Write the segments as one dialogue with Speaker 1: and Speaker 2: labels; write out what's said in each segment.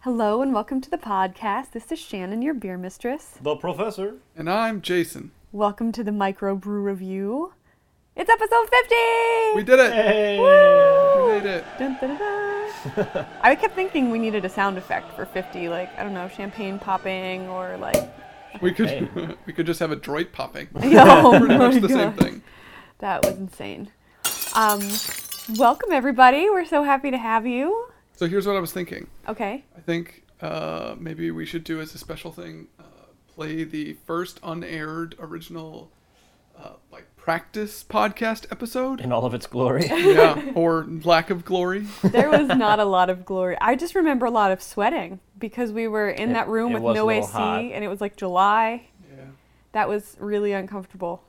Speaker 1: Hello and welcome to the podcast. This is Shannon, your beer mistress.
Speaker 2: The professor.
Speaker 3: And I'm Jason.
Speaker 1: Welcome to the Microbrew Review. It's episode 50!
Speaker 3: We did it!
Speaker 2: Hey.
Speaker 3: We made it.
Speaker 1: Dun, dun, dun, dun. I kept thinking we needed a sound effect for 50, like, I don't know, champagne popping or like.
Speaker 3: We could we could just have a droid popping.
Speaker 2: Oh
Speaker 1: Yo,
Speaker 3: Pretty much
Speaker 1: Oh my
Speaker 3: the same
Speaker 1: God.
Speaker 3: thing.
Speaker 1: That was insane. Um, welcome, everybody. We're so happy to have you.
Speaker 3: So here's what I was thinking.
Speaker 1: Okay.
Speaker 3: I think uh, maybe we should do as a special thing, uh, play the first unaired original uh, like practice podcast episode.
Speaker 2: In all of its glory.
Speaker 3: yeah, or lack of glory.
Speaker 1: There was not a lot of glory. I just remember a lot of sweating because we were in
Speaker 2: It-
Speaker 1: that room
Speaker 2: it
Speaker 1: with
Speaker 2: was a
Speaker 1: no
Speaker 2: little
Speaker 1: AC
Speaker 2: hot.
Speaker 1: and it was like July.
Speaker 3: Yeah.
Speaker 1: That was really uncomfortable.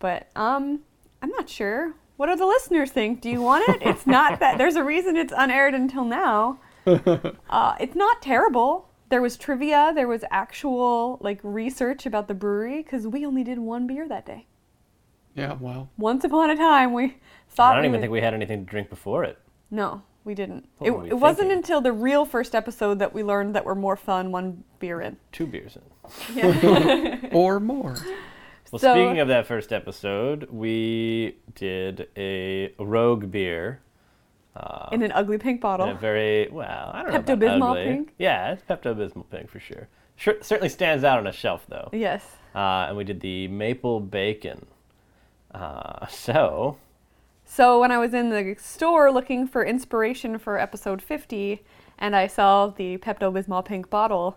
Speaker 1: But um I'm not sure. What do the listeners think? Do you want it? It's not that there's a reason it's unaired until now. Uh, it's not terrible. There was trivia. There was actual like research about the brewery because we only did one beer that day.
Speaker 3: Yeah, wow.
Speaker 1: Once upon a time, we thought.
Speaker 2: I don't
Speaker 1: we
Speaker 2: even
Speaker 1: would-
Speaker 2: think we had anything to drink before it.
Speaker 1: No, we didn't.
Speaker 2: What
Speaker 1: it
Speaker 2: were we
Speaker 1: it wasn't
Speaker 2: thinking?
Speaker 1: until the real first episode that we learned that we're more fun one beer in.
Speaker 2: Two beers in.
Speaker 3: Or more.
Speaker 2: Well,
Speaker 1: So-
Speaker 2: speaking of that first episode, we did a rogue beer Oh.
Speaker 1: in an ugly pink bottle.
Speaker 2: in a very well. I don't know. about
Speaker 1: Pepto-Bismol
Speaker 2: ugly.
Speaker 1: pink?
Speaker 2: Yeah, it's Pepto Bismol pink for sure. sure. Certainly stands out on a shelf though.
Speaker 1: Yes.
Speaker 2: Uh, and we did the maple bacon. Uh, so
Speaker 1: So when I was in the store looking for inspiration for episode 50, and I saw the Pepto Bismol pink bottle,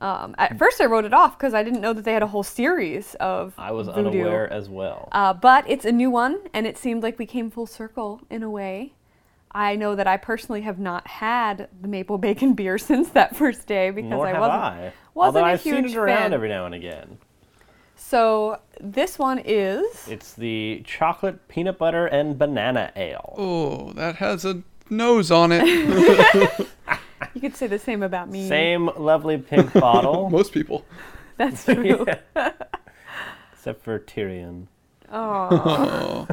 Speaker 1: um,
Speaker 2: Hmm.
Speaker 1: at first I wrote it off because I didn't know that they had a whole series of.
Speaker 2: I was
Speaker 1: voodoo.
Speaker 2: unaware as well.
Speaker 1: Uh, but it's a new one, and it seemed like we came full circle in a way. I know that I personally have not had the maple bacon beer since that first day because
Speaker 2: Nor
Speaker 1: I
Speaker 2: have
Speaker 1: wasn't.
Speaker 2: I.
Speaker 1: wasn't
Speaker 2: Although
Speaker 1: a
Speaker 2: I've seen
Speaker 1: huge
Speaker 2: it around
Speaker 1: fan.
Speaker 2: every now and again.
Speaker 1: So this one is
Speaker 2: It's the chocolate peanut butter and banana ale.
Speaker 3: Oh, that has a nose on it.
Speaker 1: you could say the same about me.
Speaker 2: Same lovely pink bottle,
Speaker 3: Most people.
Speaker 1: That's true.
Speaker 2: except for Tyrion.
Speaker 3: Oh,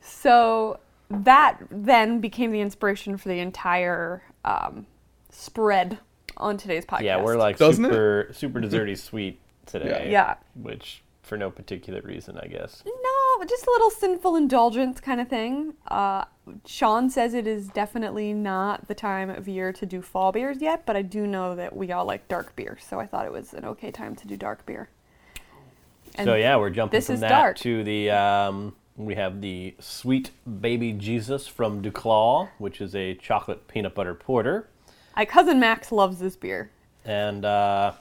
Speaker 1: So that then became the inspiration for the entire um, spread on today's podcast.
Speaker 2: Yeah, we're like
Speaker 3: Doesn't it?
Speaker 2: super super desserty sweet today.
Speaker 1: Yeah.
Speaker 2: Which for no particular reason, I guess.
Speaker 1: no, but just a little sinful indulgence kind of thing. Uh, Sean says it is definitely not the time of year to do fall beers yet, but I do know that we all like dark beer, so I thought it was an okay time to do dark beer. And
Speaker 2: so yeah, we're jumping
Speaker 1: this
Speaker 2: from
Speaker 1: is
Speaker 2: that
Speaker 1: dark.
Speaker 2: to the um, we have the sweet baby Jesus from Duclaw, which is a chocolate peanut butter porter.
Speaker 1: my cousin Max loves this beer.
Speaker 2: And uh,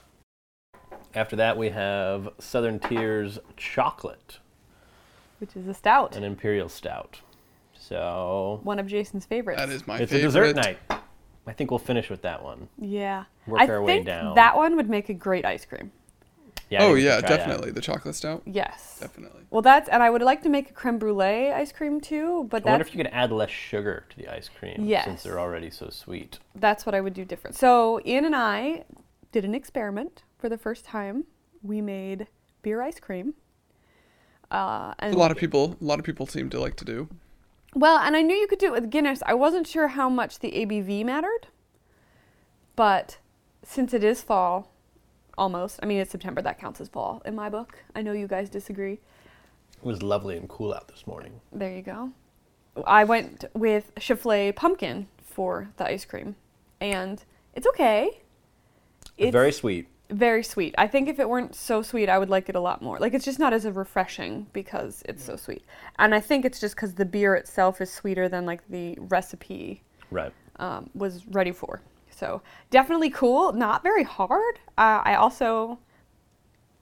Speaker 2: after that we have Southern Tears chocolate,
Speaker 1: Which is a stout,
Speaker 2: an imperial stout. So
Speaker 1: one of Jason's favorites.
Speaker 3: That is my
Speaker 2: it's a
Speaker 3: favorite.
Speaker 2: dessert night. I think we'll finish with that one.
Speaker 1: yeah.
Speaker 2: Work
Speaker 1: I
Speaker 2: our way
Speaker 1: think
Speaker 2: down.
Speaker 1: that one would make a great ice cream.
Speaker 2: Yeah, I
Speaker 3: Oh
Speaker 2: think we should
Speaker 3: yeah,
Speaker 2: try that.
Speaker 3: definitely. The chocolate stout.
Speaker 1: Yes.
Speaker 3: Definitely.
Speaker 1: Well, that's and I would like to make a creme brulee ice cream too, but
Speaker 2: I wonder
Speaker 1: that's
Speaker 2: if you could add less sugar to the ice cream
Speaker 1: Yes.
Speaker 2: since they're already so sweet.
Speaker 1: that's what I would do different. So Ian and I did an experiment for the first time. We made beer ice cream. Uh, and
Speaker 3: A lot of people a lot of people seem to like to do.
Speaker 1: well, and I knew you could do it with Guinness. I wasn't sure how much the ABV mattered, but since it is fall, almost. I mean, it's September. That counts as fall in my book. I know you guys disagree.
Speaker 2: It was lovely and cool out this morning.
Speaker 1: There you go. I went with Souffle pumpkin for the ice cream, and it's okay. It's
Speaker 2: Very sweet.
Speaker 1: very sweet. I think if it weren't so sweet, I would like it a lot more. Like it's just not as refreshing because it's so sweet, and I think it's just because the beer itself is sweeter than like the recipe
Speaker 2: Right.
Speaker 1: um, was ready for. So definitely cool. Not very hard. Uh, I also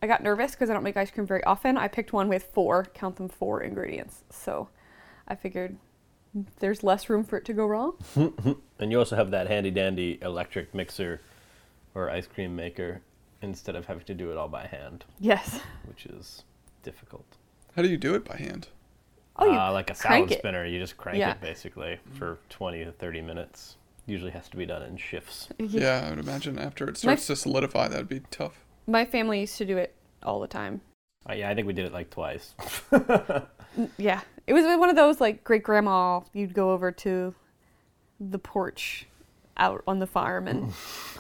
Speaker 1: I got nervous because I don't make ice cream very often. I picked one with four, count them four ingredients. So I figured there's less room for it to go wrong.
Speaker 2: And you also have that handy dandy electric mixer or ice cream maker instead of having to do it all by hand,
Speaker 1: Yes.
Speaker 2: which is difficult.
Speaker 3: How do you do it by hand?
Speaker 1: Oh, you
Speaker 2: uh, like a
Speaker 1: crank
Speaker 2: salad
Speaker 1: it.
Speaker 2: spinner, you just crank
Speaker 1: Yeah.
Speaker 2: it basically for 20 to 30 minutes. Usually has to be done in shifts.
Speaker 1: Yeah.
Speaker 3: Yeah, I would imagine after it starts to solidify that'd be tough.
Speaker 1: My family used to do it all the time.
Speaker 2: Uh, yeah, I think we did it like twice.
Speaker 1: Yeah. It was one of those like great grandma, you'd go over to the porch out on the farm, and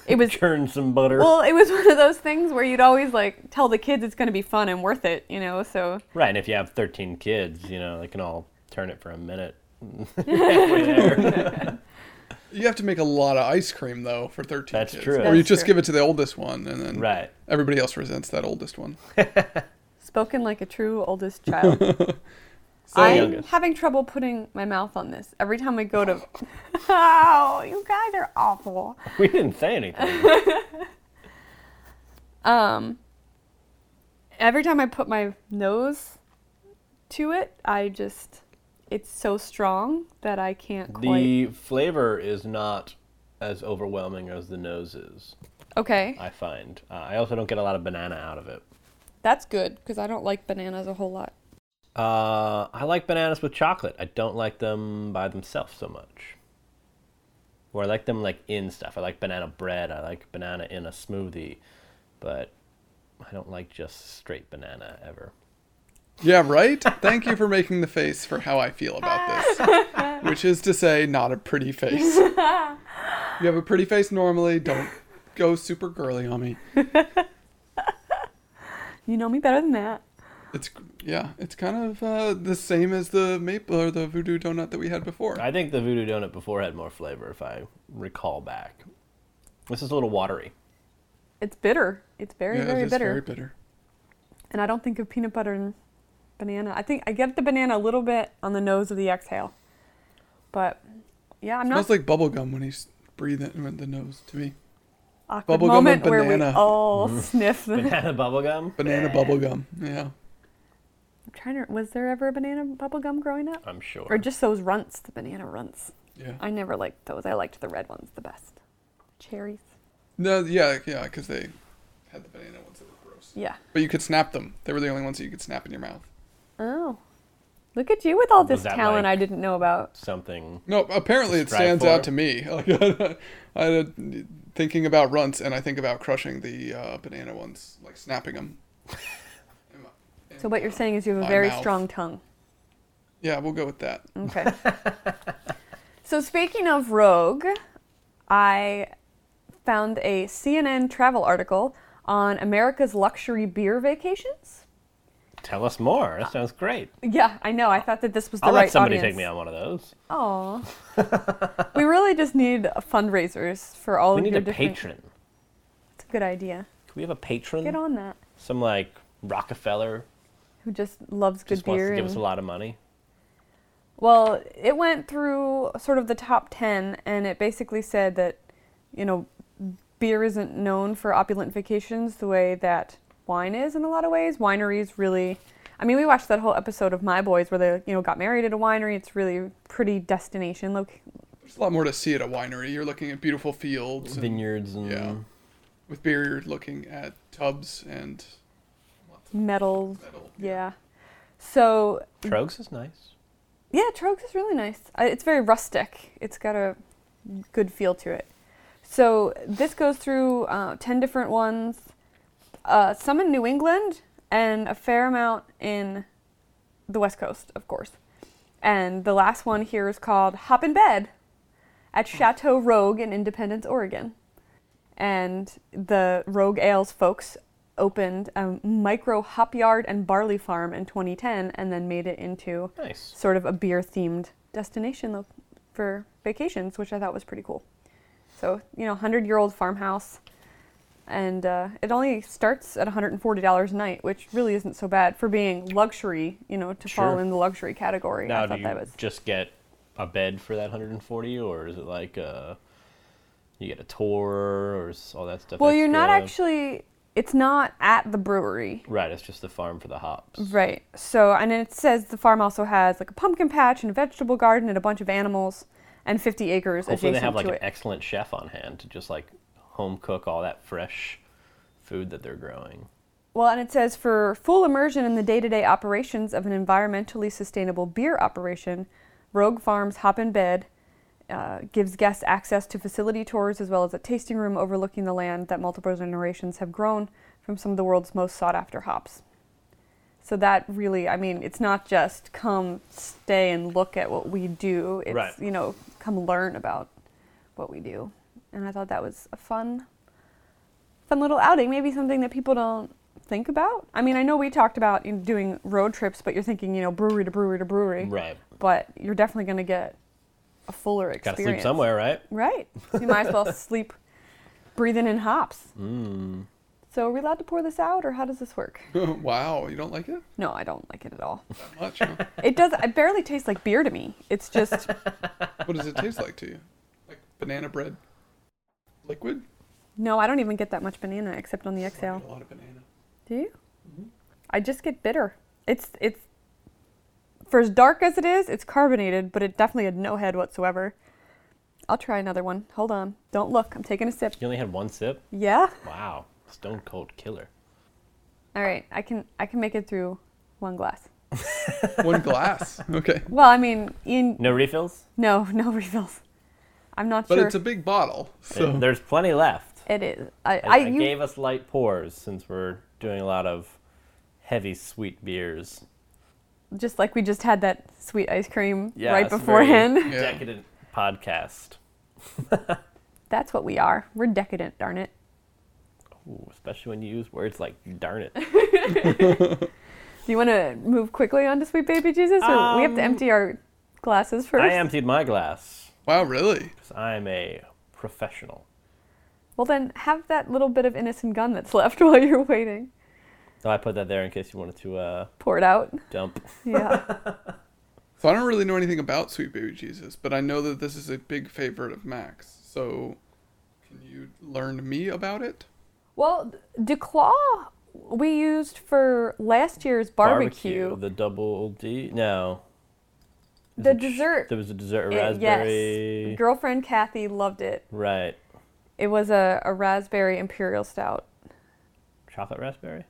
Speaker 1: it was
Speaker 2: Churn some butter.
Speaker 1: well, it was one of those things where you'd always like tell the kids it's going to be fun and worth it, you know. So
Speaker 2: right, and if you have 13 kids, you know, they can all turn it for a minute. Halfway there.
Speaker 3: You have to make a lot of ice cream though for thirteen.
Speaker 2: That's
Speaker 3: kids.
Speaker 2: true.
Speaker 3: Or you
Speaker 1: That's
Speaker 3: just
Speaker 1: true.
Speaker 3: give it to the oldest one, and then
Speaker 2: right.
Speaker 3: everybody else resents that oldest one.
Speaker 1: spoken like a true oldest child.
Speaker 3: So
Speaker 1: I'm
Speaker 2: youngest.
Speaker 1: having trouble putting my mouth on this every time I go to. oh, you guys are awful.
Speaker 2: We didn't say anything.
Speaker 1: Um, every time I put my nose to it, I just it's so strong that I can't quite.
Speaker 2: the flavor is not as overwhelming as the nose is,
Speaker 1: Okay,
Speaker 2: I find. Uh, I also don't get a lot of banana out of it.
Speaker 1: that's good because I don't like bananas a whole lot.
Speaker 2: Uh, I like bananas with chocolate. I don't like them by themselves so much. Or I like them like in stuff. I like banana bread. I like banana in a smoothie, but I don't like just straight banana ever.
Speaker 3: yeah, right. Thank you for making the face for how I feel about this, which is to say, not a pretty face. You have a pretty face normally. Don't go super girly on me.
Speaker 1: You know me better than that.
Speaker 3: It's yeah, it's kind of uh, the same as the maple or the voodoo donut that we had before.
Speaker 2: I think the voodoo donut before had more flavor, if I recall back. This is a little watery.
Speaker 1: It's bitter. It's very
Speaker 3: yeah,
Speaker 1: very
Speaker 3: it is
Speaker 1: bitter.
Speaker 3: very bitter.
Speaker 1: And I don't think of peanut butter and banana. I think I get the banana a little bit on the nose of the exhale, but yeah, I'm not
Speaker 3: Smells like bubble gum when he's breathing with the nose to me.
Speaker 1: awkward
Speaker 3: bubblegum and
Speaker 1: moment where we
Speaker 3: banana.
Speaker 1: all sniff. The, I'm
Speaker 2: Banana bubblegum?
Speaker 3: Banana bubble gum. Yeah.
Speaker 1: trying to. Was there ever a banana bubble gum growing up?
Speaker 2: I'm sure.
Speaker 1: Or just those runts, the banana runts.
Speaker 3: Yeah.
Speaker 1: I never liked those. I liked the red ones the best. Cherries.
Speaker 3: No, yeah, yeah, because they had the banana ones that were gross.
Speaker 1: Yeah.
Speaker 3: But you could snap them. They were the only ones that you could snap in your mouth.
Speaker 1: Oh. Look at you with all
Speaker 2: Was
Speaker 1: this
Speaker 2: that
Speaker 1: talent
Speaker 2: like-
Speaker 1: I didn't know about.
Speaker 2: Something.
Speaker 3: No, apparently it
Speaker 2: Strive
Speaker 3: stands
Speaker 2: for.
Speaker 3: out to me. Like, I, thinking about runts, and I think about crushing the uh, banana ones, like snapping them.
Speaker 1: So what you're saying is you have a
Speaker 3: My
Speaker 1: very
Speaker 3: mouth.
Speaker 1: strong tongue.
Speaker 3: Yeah, we'll go with that.
Speaker 1: Okay. so speaking of Rogue, I found a CNN travel article on America's luxury beer vacations.
Speaker 2: Tell us more. That sounds great.
Speaker 1: Yeah, I know. I thought that this was the
Speaker 2: I'll
Speaker 1: right
Speaker 2: let somebody
Speaker 1: audience.
Speaker 2: take me on one of those.
Speaker 1: Aw. we really just need fundraisers for all
Speaker 2: We
Speaker 1: of
Speaker 2: need
Speaker 1: your
Speaker 2: a
Speaker 1: different.
Speaker 2: patron.
Speaker 1: It's a good idea.
Speaker 2: Can we have a patron?
Speaker 1: Get on that.
Speaker 2: Some like Rockefeller
Speaker 1: Who just loves good
Speaker 2: just wants
Speaker 1: beer?
Speaker 2: to give us
Speaker 1: and-
Speaker 2: a lot of money.
Speaker 1: Well, it went through sort of the top 10, and it basically said that, you know, beer isn't known for opulent vacations the way that wine is in a lot of ways. Wineries really. I mean, we watched that whole episode of My Boys where they, you know, got married at a winery. It's really pretty destination. Look,
Speaker 3: There's a lot more to see at a winery. You're looking at beautiful fields. and
Speaker 2: Vineyards and
Speaker 3: Yeah. With beer, you're looking at tubs and
Speaker 1: metal.
Speaker 3: metal.
Speaker 1: Yeah. So,
Speaker 2: Trogs is nice.
Speaker 1: yeah, Trogues is really nice. Uh, It's very rustic. It's got a good feel to it. So this goes through uh, 10 different ones, uh, some in New England, and a fair amount in the West Coast, of course. And the last one here is called Hop in Bed at Chateau Rogue in Independence, Oregon. And the Rogue Ales folks opened a micro hop yard and barley farm in 2010 and then made it into
Speaker 2: Nice.
Speaker 1: sort of a beer themed destination lo- for vacations, which I thought was pretty cool. So, you know, 100 year old farmhouse. And uh, it only starts at $140 a night, which really isn't so bad for being luxury, you know, to fall
Speaker 2: Sure.
Speaker 1: in the luxury category.
Speaker 2: Now
Speaker 1: I
Speaker 2: do
Speaker 1: thought
Speaker 2: you
Speaker 1: that was.
Speaker 2: just get a bed for that 140 or is it like uh you get a tour or is all that stuff?
Speaker 1: Well, you're not
Speaker 2: extra?
Speaker 1: actually, it's not at the brewery.
Speaker 2: Right, it's just the farm for the hops.
Speaker 1: Right. So, and it says the farm also has like a pumpkin patch and a vegetable garden and a bunch of animals and 50 acres
Speaker 2: Hopefully they
Speaker 1: adjacent
Speaker 2: have like
Speaker 1: to
Speaker 2: an
Speaker 1: it.
Speaker 2: excellent chef on hand to just like home cook all that fresh food that they're growing.
Speaker 1: Well, and it says for full immersion in the day to day operations of an environmentally sustainable beer operation, Rogue Farms Hop in Bed uh, gives guests access to facility tours as well as a tasting room overlooking the land that multiple generations have grown from some of the world's most sought after hops. So that really, I mean, it's not just come stay and look at what we do. It's
Speaker 2: Right.
Speaker 1: you know come learn about what we do. and I thought that was a fun, fun little outing. Maybe something that people don't think about. I mean, I know we talked about you know, doing road trips, but you're thinking, you know, brewery to brewery to brewery.
Speaker 2: Right.
Speaker 1: But you're definitely going to get a fuller
Speaker 2: Gotta
Speaker 1: experience.
Speaker 2: sleep somewhere, right?
Speaker 1: Right. So you might as well sleep breathing in hops.
Speaker 2: Mm.
Speaker 1: So are we allowed to pour this out, or how does this work?
Speaker 3: wow, you don't like it
Speaker 1: No, I don't like it at all.
Speaker 3: that much? huh?
Speaker 1: It does. It barely tastes like beer to me. It's just
Speaker 3: what does it taste like to you? Like banana bread liquid?
Speaker 1: no. I don't even get that much banana except on the exhale.
Speaker 3: A lot of banana.
Speaker 1: Do you? I just get bitter. It's it's for as dark as it is, it's carbonated, but it definitely had no head whatsoever. I'll try another one. Hold on. Don't look. I'm taking a sip.
Speaker 2: You only had one sip?
Speaker 1: Yeah.
Speaker 2: Wow. Stone cold killer.
Speaker 1: All right. I can I can make it through one glass.
Speaker 3: One glass. Okay.
Speaker 1: Well, I mean, Ian,
Speaker 2: No refills?
Speaker 1: no, no refills. I'm not
Speaker 3: But
Speaker 1: sure.
Speaker 3: it's a big bottle. So
Speaker 2: There's plenty left.
Speaker 1: it is. I,
Speaker 2: I,
Speaker 1: I,
Speaker 2: I
Speaker 1: you,
Speaker 2: gave us light pours since we're doing a lot of heavy sweet beers.
Speaker 1: just like we just had that sweet ice cream
Speaker 2: Yeah,
Speaker 1: right
Speaker 2: it's a
Speaker 1: beforehand.
Speaker 2: very
Speaker 3: Yeah.
Speaker 2: Decadent podcast.
Speaker 1: That's what we are. We're decadent, darn it.
Speaker 2: Ooh, especially when you use words like darn it.
Speaker 1: Do you want to move quickly on to Sweet Baby Jesus, or we have
Speaker 2: Um,
Speaker 1: to empty our glasses first?
Speaker 2: I emptied my glass
Speaker 3: wow, really?
Speaker 2: because I'm a professional.
Speaker 1: Well, then have that little bit of innocent gun that's left while you're waiting.
Speaker 2: So Oh, I put that there in case you wanted to uh,
Speaker 1: Pour it out.
Speaker 2: dump.
Speaker 1: Yeah.
Speaker 3: So I don't really know anything about Sweet Baby Jesus, but I know that this is a big favorite of Max. So can you learn me about it?
Speaker 1: well, DeClaw we used for last year's barbecue.
Speaker 2: The double D. No. Is
Speaker 1: The
Speaker 2: it sh-
Speaker 1: dessert.
Speaker 2: There was a dessert
Speaker 1: It-
Speaker 2: raspberry.
Speaker 1: yes. Girlfriend Kathy loved it.
Speaker 2: Right.
Speaker 1: It was a, a raspberry imperial stout.
Speaker 2: Chocolate raspberry?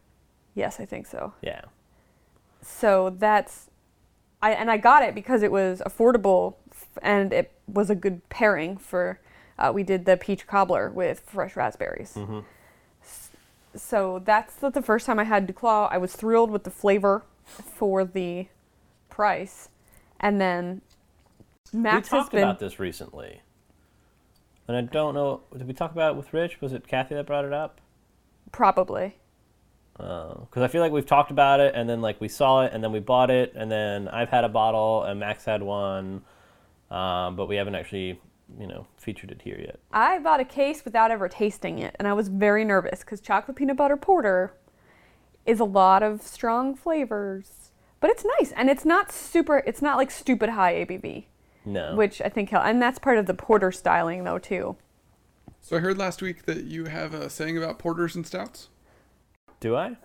Speaker 1: Yes, I think so.
Speaker 2: Yeah.
Speaker 1: So that's, I and I got it because it was affordable f- and it was a good pairing for. Uh, we did the peach cobbler with fresh raspberries.
Speaker 2: Mm-hmm.
Speaker 1: S- So that's the, the first time I had Duclaw. I was thrilled with the flavor for the price, and then Max
Speaker 2: we
Speaker 1: has
Speaker 2: talked
Speaker 1: been
Speaker 2: about this recently. And I don't know. Did we talk about it with Rich? Was it Kathy that brought it up?
Speaker 1: probably
Speaker 2: Because I feel like we've talked about it, and then like we saw it, and then we bought it, and then I've had a bottle, and Max had one, um, but we haven't actually, you know, featured it here yet.
Speaker 1: I bought a case without ever tasting it, and I was very nervous because chocolate peanut butter porter is a lot of strong flavors, but it's nice and it's not super. It's not like stupid high ABV,
Speaker 2: No.
Speaker 1: which I think help, and that's part of the porter styling though too.
Speaker 3: So I heard last week that you have a saying about porters and stouts.
Speaker 2: Do I?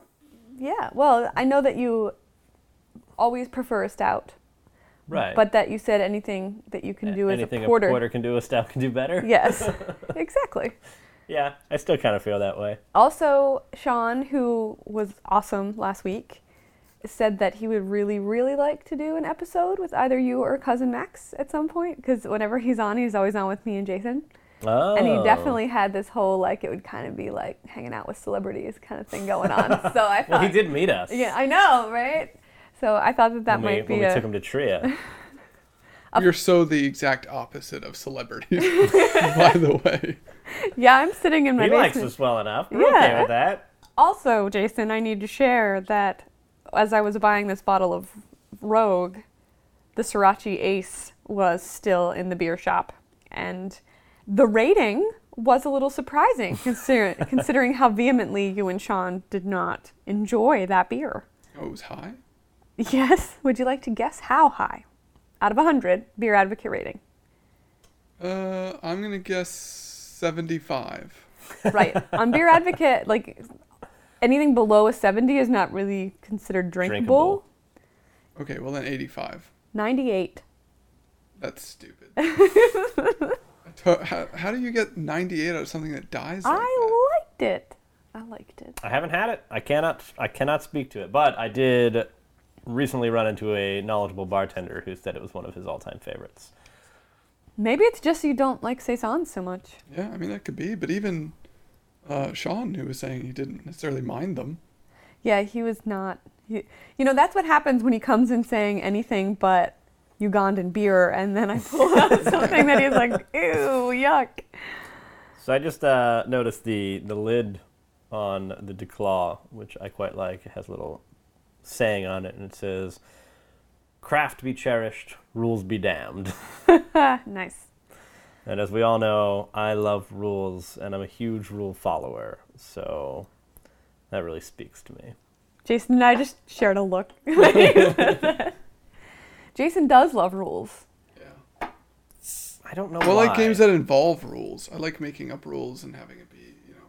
Speaker 1: Yeah, well, I know that you always prefer a stout,
Speaker 2: Right.
Speaker 1: but that you said anything that you can do as
Speaker 2: anything
Speaker 1: a porter.
Speaker 2: can do, a stout can do better.
Speaker 1: Yes, exactly.
Speaker 2: Yeah, I still kind of feel that way.
Speaker 1: Also, Sean, who was awesome last week, said that he would really, really like to do an episode with either you or cousin Max at some point because whenever he's on, he's always on with me and Jason.
Speaker 2: Oh.
Speaker 1: And he definitely had this whole like it would kind of be like hanging out with celebrities kind of thing going on. so I thought,
Speaker 2: Well, he did meet us.
Speaker 1: yeah, I know, right? So I thought that that
Speaker 2: when we,
Speaker 1: might be
Speaker 2: when we took
Speaker 1: a,
Speaker 2: him to Tria.
Speaker 3: You're so the exact opposite of celebrities, by the way.
Speaker 1: yeah. I'm sitting in my
Speaker 2: he likes
Speaker 1: basement.
Speaker 2: us well enough. We're okay
Speaker 1: Yeah.
Speaker 2: with that.
Speaker 1: Also, Jason, I need to share that as I was buying this bottle of Rogue, the Sriracha Ace was still in the beer shop. And the rating was a little surprising consider- considering how vehemently you and Sean did not enjoy that beer.
Speaker 3: Oh, it was high?
Speaker 1: Yes, would you like to guess how high? Out of 100, beer advocate rating.
Speaker 3: Uh, I'm going to guess 75.
Speaker 1: Right. On Beer Advocate, like anything below a 70 is not really considered drinkable.
Speaker 2: Drinkable.
Speaker 3: Okay, well then 85.
Speaker 1: 98.
Speaker 3: That's stupid. To- how, how do you get 98 out of something that dies like that?
Speaker 1: I liked it. I liked it.
Speaker 2: I haven't had it. I cannot. I cannot speak to it. But I did recently run into a knowledgeable bartender who said it was one of his all-time favorites.
Speaker 1: Maybe it's just you don't like saisons so much.
Speaker 3: Yeah, I mean, that could be, but even uh, Sean, who was saying he didn't necessarily mind them.
Speaker 1: Yeah, he was not. He, you know, that's what happens when he comes in saying anything but Ugandan beer, and then I pull out something that he's like, ew, yuck.
Speaker 2: So I just uh, noticed the the lid on the Declaw, which I quite like. It has a little saying on it, and it says, "Craft be cherished, rules be damned."
Speaker 1: Ah, nice.
Speaker 2: And as we all know, I love rules, and I'm a huge rule follower. So that really speaks to me.
Speaker 1: Jason and I just shared a look. Jason does love rules.
Speaker 3: Yeah.
Speaker 2: I don't know
Speaker 3: Well,
Speaker 2: why.
Speaker 3: I like games that involve rules. I like making up rules and having it be, you know.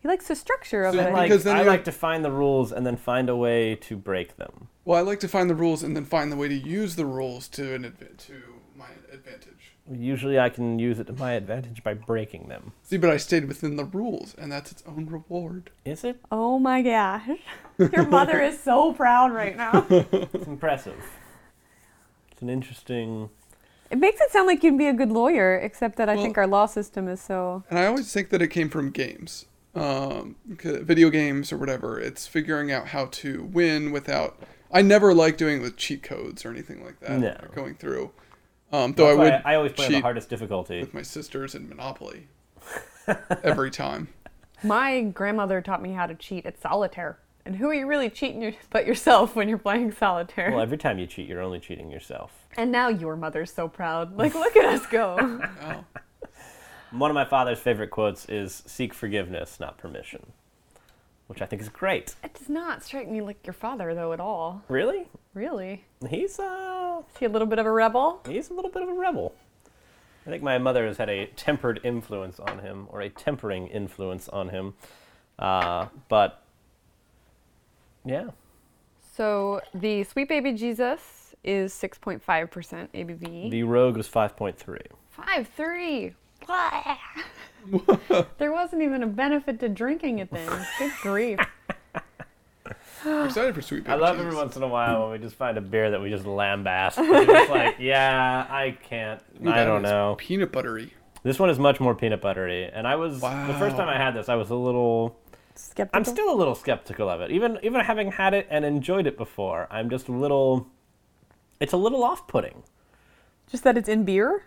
Speaker 1: He likes the structure of
Speaker 3: So,
Speaker 1: it.
Speaker 2: like,
Speaker 3: Because then
Speaker 2: I
Speaker 3: you-
Speaker 2: like to find the rules and then find a way to break them.
Speaker 3: Well, I like to find the rules and then find the way to use the rules to an adva- to my advantage.
Speaker 2: Usually, I can use it to my advantage by breaking them.
Speaker 3: See, but I stayed within the rules, and that's its own reward.
Speaker 2: Is it?
Speaker 1: oh my gosh. Your mother is so proud right now.
Speaker 2: It's impressive. It's an interesting.
Speaker 1: It makes it sound like you'd be a good lawyer, except that I
Speaker 3: Well-
Speaker 1: think our law system is so.
Speaker 3: And I always think that it came from games, um, 'cause- video games or whatever. It's figuring out how to win without. I never like doing it with cheat codes or anything like that.
Speaker 2: No.
Speaker 3: or Going through, um, though I
Speaker 2: That's why
Speaker 3: would.
Speaker 2: I always play on the
Speaker 3: cheat
Speaker 2: hardest difficulty.
Speaker 3: with my sisters in Monopoly every time.
Speaker 1: My grandmother taught me how to cheat at solitaire. And who are you really cheating your, but yourself when you're playing solitaire?
Speaker 2: Well, every time you cheat, you're only cheating yourself.
Speaker 1: And now your mother's so proud. Like, look at us go.
Speaker 3: Oh,
Speaker 2: One of my father's favorite quotes is "Seek forgiveness, not permission," which I think is great.
Speaker 1: it does not strike me like your father, though, at all.
Speaker 2: Really,
Speaker 1: Really?
Speaker 2: he's uh,
Speaker 1: Is he a little bit of a rebel?
Speaker 2: he's a little bit of a rebel. I think my mother has had a tempered influence on him, or a tempering influence on him. Uh, but yeah,
Speaker 1: So the Sweet Baby Jesus is 6.5% ABV.
Speaker 2: the rogue was five point three.
Speaker 1: Five three. there wasn't even a benefit to drinking it then. Good grief.
Speaker 3: I'm excited for Sweet Baby
Speaker 2: I love
Speaker 3: Jesus.
Speaker 2: every once in a while when we just find a beer that we just lambaste. We're just like, yeah, I can't.
Speaker 3: Ooh,
Speaker 2: I
Speaker 3: that
Speaker 2: don't
Speaker 3: is
Speaker 2: know.
Speaker 3: Peanut buttery.
Speaker 2: This one is much more peanut buttery, and I was the first
Speaker 3: Wow.
Speaker 2: time I had this, I was a little.
Speaker 1: Skeptical.
Speaker 2: I'm still a little skeptical of it, even even having had it and enjoyed it before. I'm just a little. It's a little off-putting.
Speaker 1: Just that it's in beer?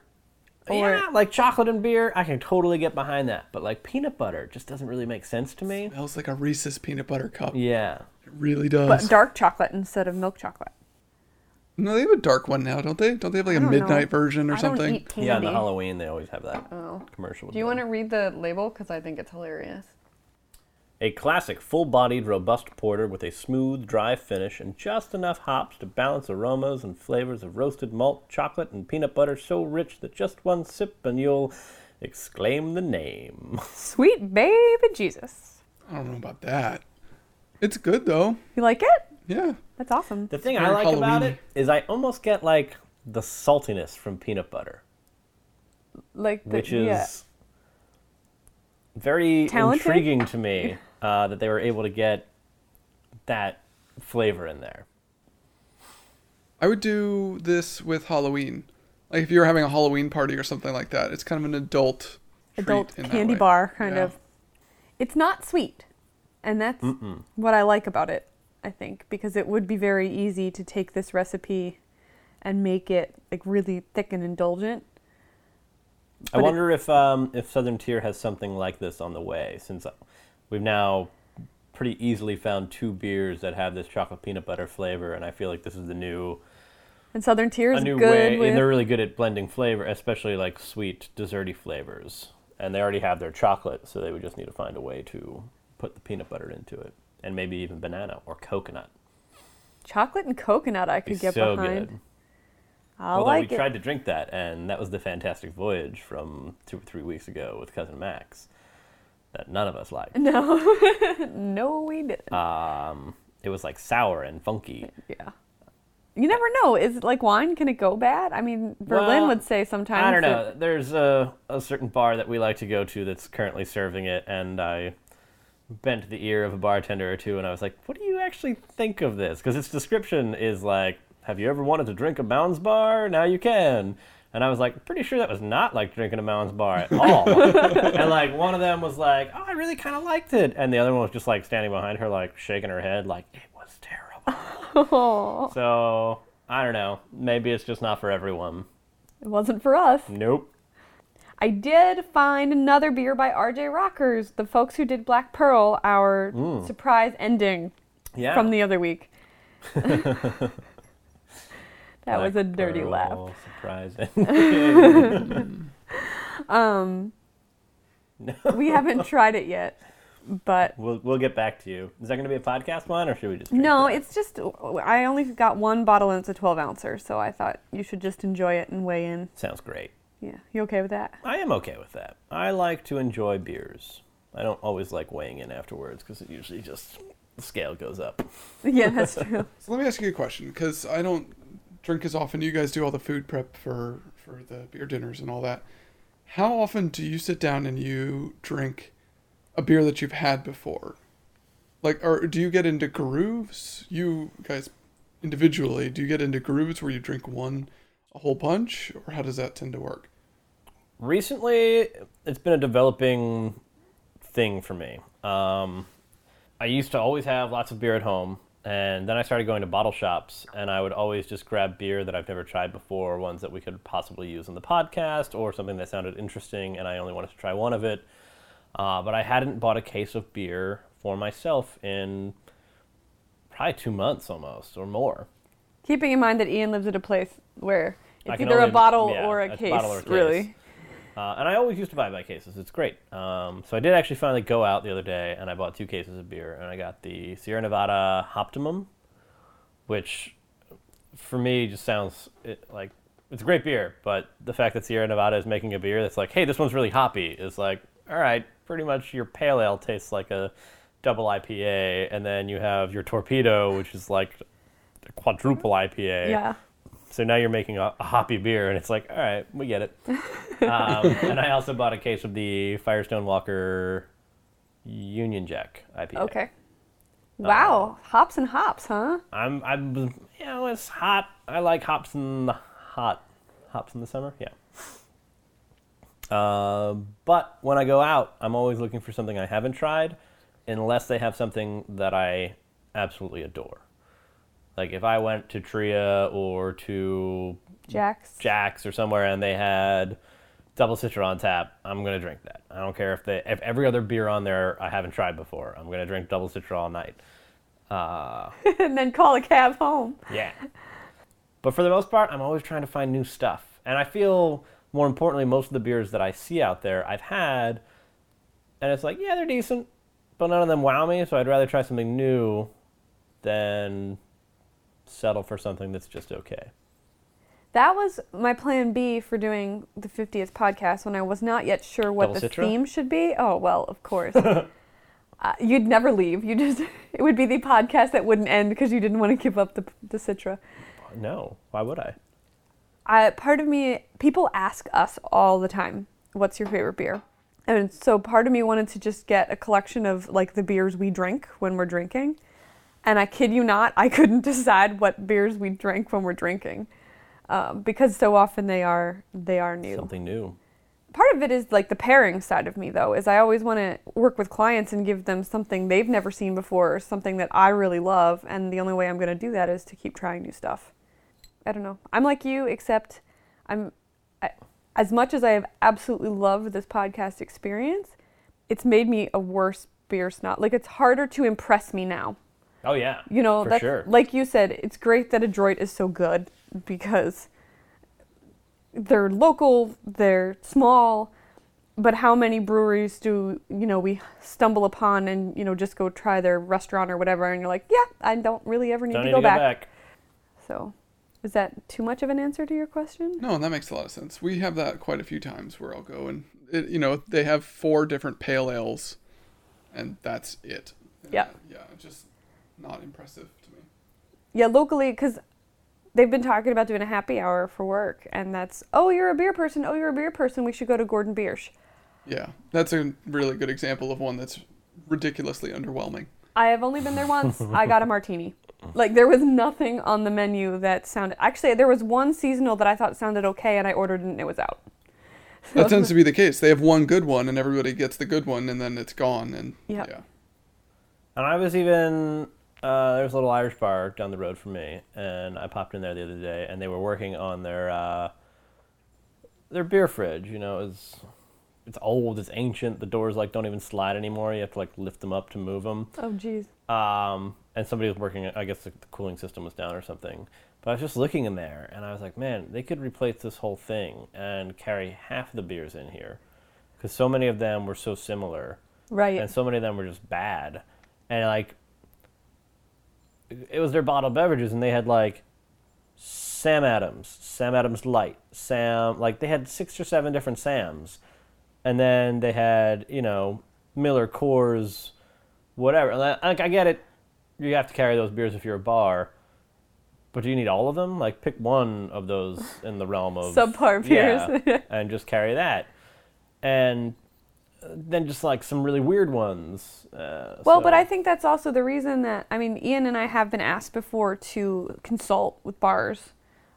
Speaker 2: yeah, like chocolate and beer, I can totally get behind that, but like peanut butter just doesn't really make sense to me.
Speaker 3: Smells like a Reese's peanut butter cup.
Speaker 2: Yeah,
Speaker 3: It really does.
Speaker 1: But dark chocolate instead of milk chocolate.
Speaker 3: no, they have a dark one now, don't they? Don't they have like a
Speaker 1: don't know.
Speaker 3: midnight version or
Speaker 1: I
Speaker 3: something?
Speaker 1: don't eat candy.
Speaker 2: yeah. On the Halloween, they always have that
Speaker 1: Oh.
Speaker 2: commercial.
Speaker 1: Do you want to read the label? Because I think it's hilarious.
Speaker 2: A classic, full bodied, robust porter with a smooth, dry finish and just enough hops to balance aromas and flavors of roasted malt, chocolate, and peanut butter so rich that just one sip and you'll exclaim the name.
Speaker 1: Sweet Baby Jesus.
Speaker 3: I don't know about that. It's good though.
Speaker 1: You like it?
Speaker 3: Yeah.
Speaker 1: That's awesome.
Speaker 2: The thing
Speaker 3: It's
Speaker 2: I
Speaker 3: very
Speaker 2: like about
Speaker 3: Halloween-y.
Speaker 2: it is I almost get like the saltiness from peanut butter,
Speaker 1: Like the,
Speaker 2: which is
Speaker 1: yeah.
Speaker 2: very
Speaker 1: Talented?
Speaker 2: intriguing to me uh, that they were able to get that flavor in there.
Speaker 3: I would do this with Halloween. Like if you were having a Halloween party or something like that, it's kind of an adult treat
Speaker 1: adult
Speaker 3: in that
Speaker 1: candy
Speaker 3: way.
Speaker 1: bar kind
Speaker 3: Yeah.
Speaker 1: of. It's not sweet, and that's what I like about it. I think because it would be very easy to take this recipe and make it like really thick and indulgent.
Speaker 2: I
Speaker 1: But it-
Speaker 2: wonder if um, if Southern Tier has something like this on the way, since we've now pretty easily found two beers that have this chocolate peanut butter flavor, and I feel like this is the new
Speaker 1: And Southern Tier
Speaker 2: a
Speaker 1: is
Speaker 2: new
Speaker 1: good
Speaker 2: way,
Speaker 1: with
Speaker 2: and they're really good at blending flavor, especially like sweet desserty flavors. And they already have their chocolate, so they would just need to find a way to put the peanut butter into it, and maybe even banana or coconut.
Speaker 1: chocolate and coconut. I could
Speaker 2: It's
Speaker 1: get
Speaker 2: so
Speaker 1: behind.
Speaker 2: good.
Speaker 1: I
Speaker 2: Although
Speaker 1: like
Speaker 2: we
Speaker 1: it.
Speaker 2: tried to drink that, and that was the fantastic voyage from two or three weeks ago with cousin Max, that none of us liked.
Speaker 1: no, we didn't.
Speaker 2: Um, it was like sour and funky.
Speaker 1: yeah. You never know. Is it like wine? Can it go bad? I mean, Berlin
Speaker 2: Well,
Speaker 1: would say sometimes.
Speaker 2: I don't
Speaker 1: that-
Speaker 2: know. There's a, a certain bar that we like to go to that's currently serving it, and I bent the ear of a bartender or two, and I was like, "What do you actually think of this?" Because its description is like, "Have you ever wanted to drink a Mounds Bar? Now you can." And I was like, pretty sure that was not like drinking a Mounds Bar at all. and like one of them was like, "Oh, I really kind of liked it," and the other one was just like standing behind her, like shaking her head, like it was terrible. So I don't know. Maybe it's just not for everyone.
Speaker 1: It wasn't for us.
Speaker 2: Nope.
Speaker 1: I did find another beer by RJ Rockers, the folks who did Black Pearl, our surprise ending
Speaker 2: Yeah.
Speaker 1: from the other week. that was a
Speaker 2: Black
Speaker 1: dirty laugh.
Speaker 2: pearl, Surprising.
Speaker 1: We haven't tried it yet, but
Speaker 2: we'll we'll get back to you. Is that going to be a podcast one, or should we just? drink
Speaker 1: no,
Speaker 2: that?
Speaker 1: it's just I only got one bottle and it's a 12 ouncer, so I thought you should just enjoy it and weigh in.
Speaker 2: sounds great.
Speaker 1: Yeah, you okay with that?
Speaker 2: I am okay with that. I like to enjoy beers. I don't always like weighing in afterwards because it usually just the scale goes up.
Speaker 1: Yeah, that's true.
Speaker 3: So let me ask you a question, because I don't drink as often. You guys do all the food prep for for the beer dinners and all that. How often do you sit down and you drink a beer that you've had before? Like, or do you get into grooves? You guys individually, do you get into grooves where you drink one a whole bunch, or how does that tend to work?
Speaker 2: recently it's been a developing thing for me um, i used to always have lots of beer at home and then i started going to bottle shops and i would always just grab beer that i've never tried before ones that we could possibly use in the podcast or something that sounded interesting and i only wanted to try one of it uh, but i hadn't bought a case of beer for myself in probably two months almost or more
Speaker 1: Keeping in mind that Ian lives at a place where
Speaker 2: I
Speaker 1: it's
Speaker 2: can
Speaker 1: either
Speaker 2: only-
Speaker 1: a bottle
Speaker 2: yeah,
Speaker 1: or
Speaker 2: it's
Speaker 1: a
Speaker 2: a
Speaker 1: case,
Speaker 2: bottle or a case.
Speaker 1: really.
Speaker 2: Uh, and I always used to buy by cases. It's great. Um, so I did actually finally go out the other day and I bought two cases of beer and I got the Sierra Nevada Optimum, which for me just sounds it, like it's a great beer, but the fact that Sierra Nevada is making a beer that's like, hey, this one's really hoppy is like, all right, pretty much your pale ale tastes like a double IPA, and then you have your Torpedo, which is like a quadruple IPA.
Speaker 1: Yeah.
Speaker 2: So now you're making a, a hoppy beer, and it's like, all right, we get it. Um, and I also bought a case of the Firestone Walker Union Jack IPA.
Speaker 1: Okay. Wow, hops and hops, huh?
Speaker 2: I'm, I'm, you know, it's hot. I like hops in the hot, hops in the summer. Yeah. Uh, but when I go out, I'm always looking for something I haven't tried, unless they have something that I absolutely adore. Like if I went to Tria or to
Speaker 1: Jack's.
Speaker 2: Jack's or somewhere and they had double citra on tap, I'm gonna drink that. I don't care if they if every other beer on there I haven't tried before. I'm gonna drink double citra all night. Uh,
Speaker 1: and then call a cab home.
Speaker 2: yeah. But for the most part, I'm always trying to find new stuff, and I feel more importantly, most of the beers that I see out there, I've had, and it's like, yeah, they're decent, but none of them wow me. So I'd rather try something new than settle for something that's just okay.
Speaker 1: That was my plan B for doing the 50th podcast when I was not yet sure what
Speaker 2: Double
Speaker 1: the
Speaker 2: Citra?
Speaker 1: theme should be. Oh, well, of course. uh, you'd never leave. You just it would be the podcast that wouldn't end because you didn't want to give up the the Citra.
Speaker 2: No, why would I?
Speaker 1: I, part of me, people ask us all the time, what's your favorite beer? And so part of me wanted to just get a collection of like the beers we drink when we're drinking. And I kid you not, I couldn't decide what beers we drink when we're drinking. Um, because so often they are they are new.
Speaker 2: Something new.
Speaker 1: Part of it is like the pairing side of me though, is I always want to work with clients and give them something they've never seen before or something that I really love, and the only way I'm going to do that is to keep trying new stuff. I don't know. I'm like you, except I'm I, as much as I have absolutely loved this podcast experience, it's made me a worse beer snob. Like it's harder to impress me now.
Speaker 2: Oh yeah.
Speaker 1: You know,
Speaker 2: For
Speaker 1: that's,
Speaker 2: sure.
Speaker 1: like you said, it's great that Adroit is so good because they're local, they're small, but how many breweries do, you know, we stumble upon and, you know, just go try their restaurant or whatever and you're like, yeah, I don't really ever need
Speaker 2: Don't
Speaker 1: to
Speaker 2: need
Speaker 1: go
Speaker 2: to
Speaker 1: back.
Speaker 2: go back.
Speaker 1: So, is that too much of an answer to your question?
Speaker 3: No, and that makes a lot of sense. We have that quite a few times where I'll go and it, you know they have four different pale ales, and that's it.
Speaker 1: Yeah.
Speaker 3: yeah, just not impressive to me.
Speaker 1: Yeah, locally, because they've been talking about doing a happy hour for work, and that's, oh, you're a beer person, oh, you're a beer person, we should go to Gordon Biersch.
Speaker 3: Yeah, that's a really good example of one that's ridiculously underwhelming.
Speaker 1: I have only been there once. I got a martini. Like there was nothing on the menu that sounded. Actually, there was one seasonal that I thought sounded okay, and I ordered it and it was out.
Speaker 3: That tends to be the case. They have one good one, and everybody gets the good one, and then it's gone. And
Speaker 1: Yep.
Speaker 3: yeah,
Speaker 2: And I was even uh, there's a little Irish bar down the road from me, and I popped in there the other day, and they were working on their uh, their beer fridge, you know, is it's old, it's ancient. The doors like don't even slide anymore. You have to like lift them up to move them.
Speaker 1: Oh, jeez.
Speaker 2: Um, and somebody was working. I guess the, the cooling system was down or something. But I was just looking in there, and I was like, man, they could replace this whole thing and carry half the beers in here, because so many of them were so similar
Speaker 1: Right.
Speaker 2: and so many of them were just bad. And like, it was their bottled beverages, and they had like Sam Adams, Sam Adams Light, Sam. Like they had six or seven different Sams, and then they had you know Miller Coors, whatever. And I, like, I get it, you have to carry those beers if you're a bar. But do you need all of them? Like, pick one of those in the realm of
Speaker 1: Subpar beers.
Speaker 2: yeah, and just carry that. And then just like some really weird ones. Uh,
Speaker 1: Well,
Speaker 2: so-
Speaker 1: but I think that's also the reason that I mean, Ian and I have been asked before to consult with bars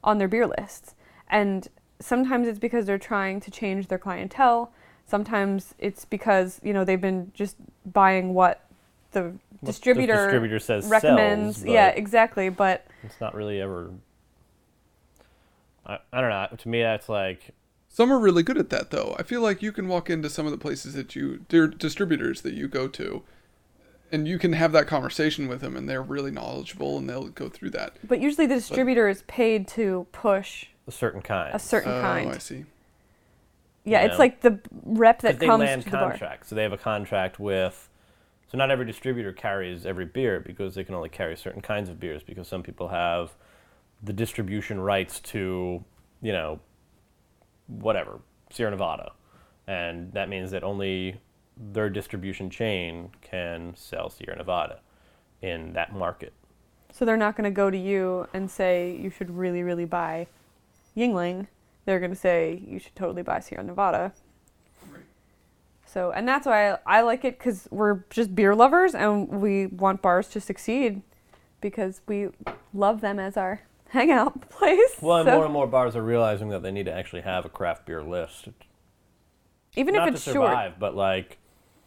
Speaker 1: on their beer lists, and sometimes it's because they're trying to change their clientele. Sometimes it's because you know they've been just buying what the
Speaker 2: the
Speaker 1: distributor,
Speaker 2: distributor says sells,
Speaker 1: recommends.
Speaker 2: but-
Speaker 1: yeah, exactly. But
Speaker 2: it's not really ever. I, I don't know. To me, that's like
Speaker 3: Some are really good at that, though. I feel like you can walk into some of the places that you, their distributors that you go to, and you can have that conversation with them, and they're really knowledgeable, and they'll go through that.
Speaker 1: but usually the distributor is paid to push
Speaker 2: a certain kind.
Speaker 1: a certain
Speaker 3: oh,
Speaker 1: kind.
Speaker 3: I see.
Speaker 1: yeah,
Speaker 2: you
Speaker 1: it's
Speaker 2: know.
Speaker 1: like the rep that
Speaker 2: But they
Speaker 1: comes
Speaker 2: land
Speaker 1: to the bar.
Speaker 2: contracts, so they have a contract with. So not every distributor carries every beer because they can only carry certain kinds of beers because some people have the distribution rights to, you know, whatever Sierra Nevada, and that means that only their distribution chain can sell Sierra Nevada in that market.
Speaker 1: So they're not going to go to you and say you should really, really buy Yingling. They're going to say you should totally buy Sierra Nevada.
Speaker 3: Right.
Speaker 1: So, and that's why I, I like it because we're just beer lovers and we want bars to succeed because we love them as our hangout place.
Speaker 2: Well, and
Speaker 1: So
Speaker 2: more and more bars are realizing that they need to actually have a craft beer list,
Speaker 1: even
Speaker 2: not
Speaker 1: if it's
Speaker 2: to
Speaker 1: short,
Speaker 2: survive, but like